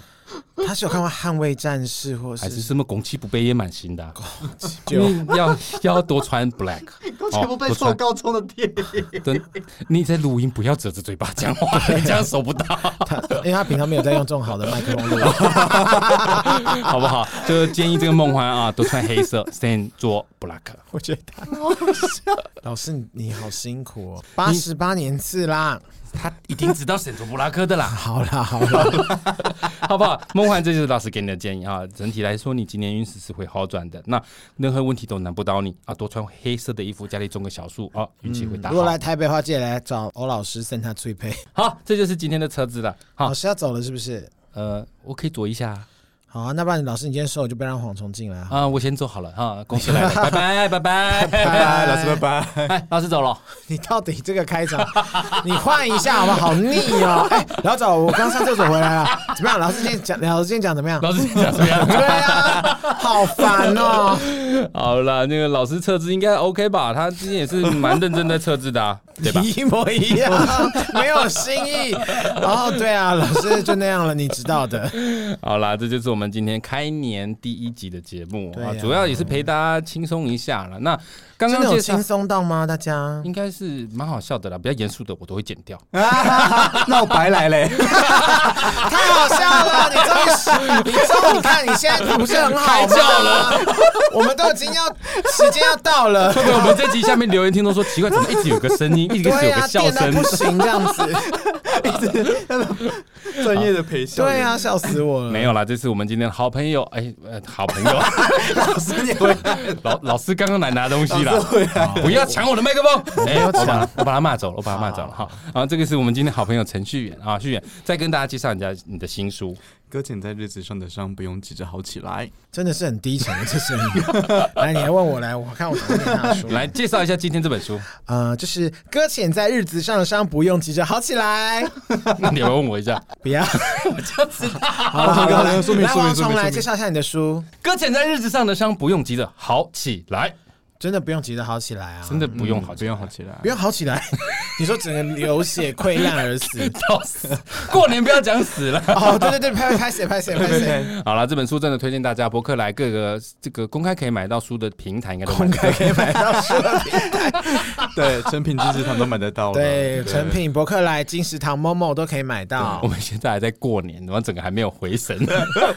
他是有看过《捍卫战士》或
还是
是
什么拱气不备也蛮行的啊、
就
你嗯要要多穿 black，
我全部被
多
受
穿
高中的电影。
等你在录音，不要遮着嘴巴讲话， 你这样收不到，
他， 因为他平常没有在用这种好的麦克风录。
好不好？就建议这个梦环啊，都穿黑色，stand 做 black。
我觉得他老师你你好辛苦哦，八十八年次啦，
他一定知道 stand 做布拉克的啦，
好啦好啦，
好不好？梦环，这就是老师给你的建议啊。整体来说，你今年运势是会好转的，那任何问题都难不倒你啊。多穿黑色的衣服，家里种个小树啊，运气会大
嗯如果
好。
来台北的话，记得来找欧老师送他最配。
好，这就是今天的车子了。好
老，师要走了是不是？
呃，我可以躲一下啊。
好啊，那不然老师你今天收了就不要让蝗虫进来啊。
啊、我先走好了哈，恭喜来了，拜拜拜拜，
拜拜，老师拜 拜。
哎，老师走了，
你到底这个开场， 你换一下好不好？好腻哦！ 哎、老早我刚上厕所回来了， 怎么样？老师今天讲，老师今天讲怎么样？
老师你讲什么样？
对啊， 好烦 哦！
好了，那个老师测字应该 OK 吧？他之前也是蛮认真在测字的、啊，对 吧？
一模一样， 没有新意。哦，对啊，老师就那样了，你知道的。
好啦，这就是我们今天开年第一集的节目
对
啊
呀，
主要也是陪大家轻松一下了。那刚
真
刚
的有
介绍
轻。松到吗？大家？
应该是蛮好笑的啦，比较严肃的我都会剪 掉。
那我白来嘞，
啊太好笑 了！你终于，你终于你看你现在不是很好
开窍
了？我们都已经要时间要到 了，
会不会我们这集下面留言听众说奇怪，怎么一直有个声音，一 直有
对啊，
个笑
电到
声
不？行 这样子，
专业的陪笑。
对，啊，笑死我了。
没有啦，这是我们今天的好朋友，哎，呃好朋友
老师你会
老老师刚刚来拿东西啦啊
老师，啊回来，
不要抢我的麦克风！哎、我
抢
把他我把他骂走了，我把他骂走了。好，然后这个是我们今天好朋友陈旭远啊，旭远再跟大家介绍人家你的新书，
搁浅在日子上的伤，不用急着好起来。
真的是很低沉的这声音。 来，你来问我来，我看我怎么跟他说。
来介绍一下今天这本书。
呃，就是搁浅在日子上的伤，不用急着好起来。
那你要问我一下，
不要，
好
好好来
来，说明
来
说明
王
说
重
明
来
说
介
明。
绍一下你的书，
搁浅在日子上的伤不用急着好起来，
真的不用急着好起来啊，
真的不用好
嗯不
起来，
用好起来
不，用好起来。你说整个流血溃烂而死？
到死。过年不要讲死了。
哦，对对对，拍拍谁拍谁拍谁。
好了，这本书真的推荐大家，博客来各个这个公开可以买到书的平台应该都买
公开可以买到书，
对，成品知识堂都买得到了。
对，成品、博客来、金石堂、某某都可以买到
我。们现在还在过年，然后整个还没有回 神，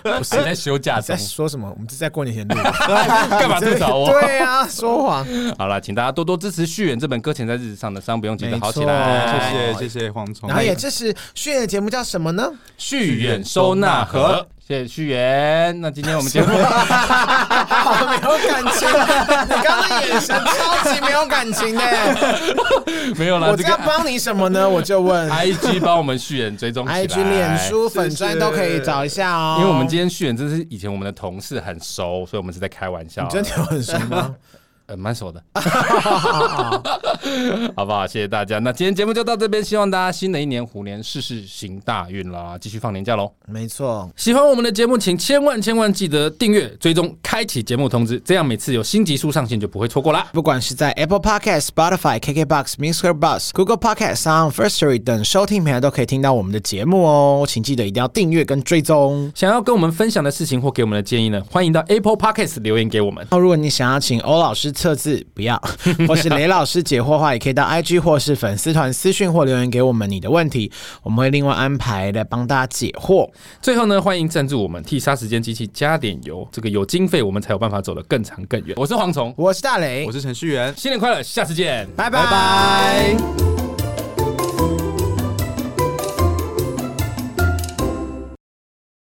我是在休假中
在，说什么？我们是在过年前录的，
干嘛吐槽我？
对啊，说 谎。
好了，请大家多多支持续远这本《搁浅在日子上的伤》，不用急着好起
没
来。
错
谢谢谢谢黄哎总。
然后也这是炫的节目叫什么呢？
续远收纳盒，谢谢续远。那今天我们 节目
好没有感情，你刚刚的眼神超级没有感情的。
没有了，
我
这
这要
个
帮你什么呢？我就问
IG 帮我们续远追踪起来
，IG、脸。书、
是是
粉砖都可以找一下哦。
因为我们今天续远真是以前我们的同事很熟，所以我们是在开玩笑
你，真的有很熟 吗？
呃，蛮熟 的，好不好？谢谢大家，那今天节目就到这边，希望大家新的一年虎年事事行大运啦，继续放年假喽。
没错，
喜欢我们的节目，请千万千万记得订阅、追踪、开启节目通知，这样每次有新集数上线就不会错过啦。
不管是在 Apple Podcast、Spotify、KKBox、Mixer Bus、Google Podcast、Sound First Story 等收听平台都可以听到我们的节目哦。请记得一定要订阅跟追踪。
想要跟我们分享的事情或给我们的建议呢，欢迎到 Apple Podcast 留言给我们。
那如果你想要请欧老师测字，不 要，或是雷老师解惑的话，也可以到 IG 或是粉丝团私讯或留言给我们你的问题，我们会另外安排来帮大家解惑。
最后呢，欢迎赞助我们，替杀时间机器加点油，这个有经费我们才有办法走得更长更远。我是蝗虫，
我是大雷
我，是程序员，
新年快乐，下次见，
拜拜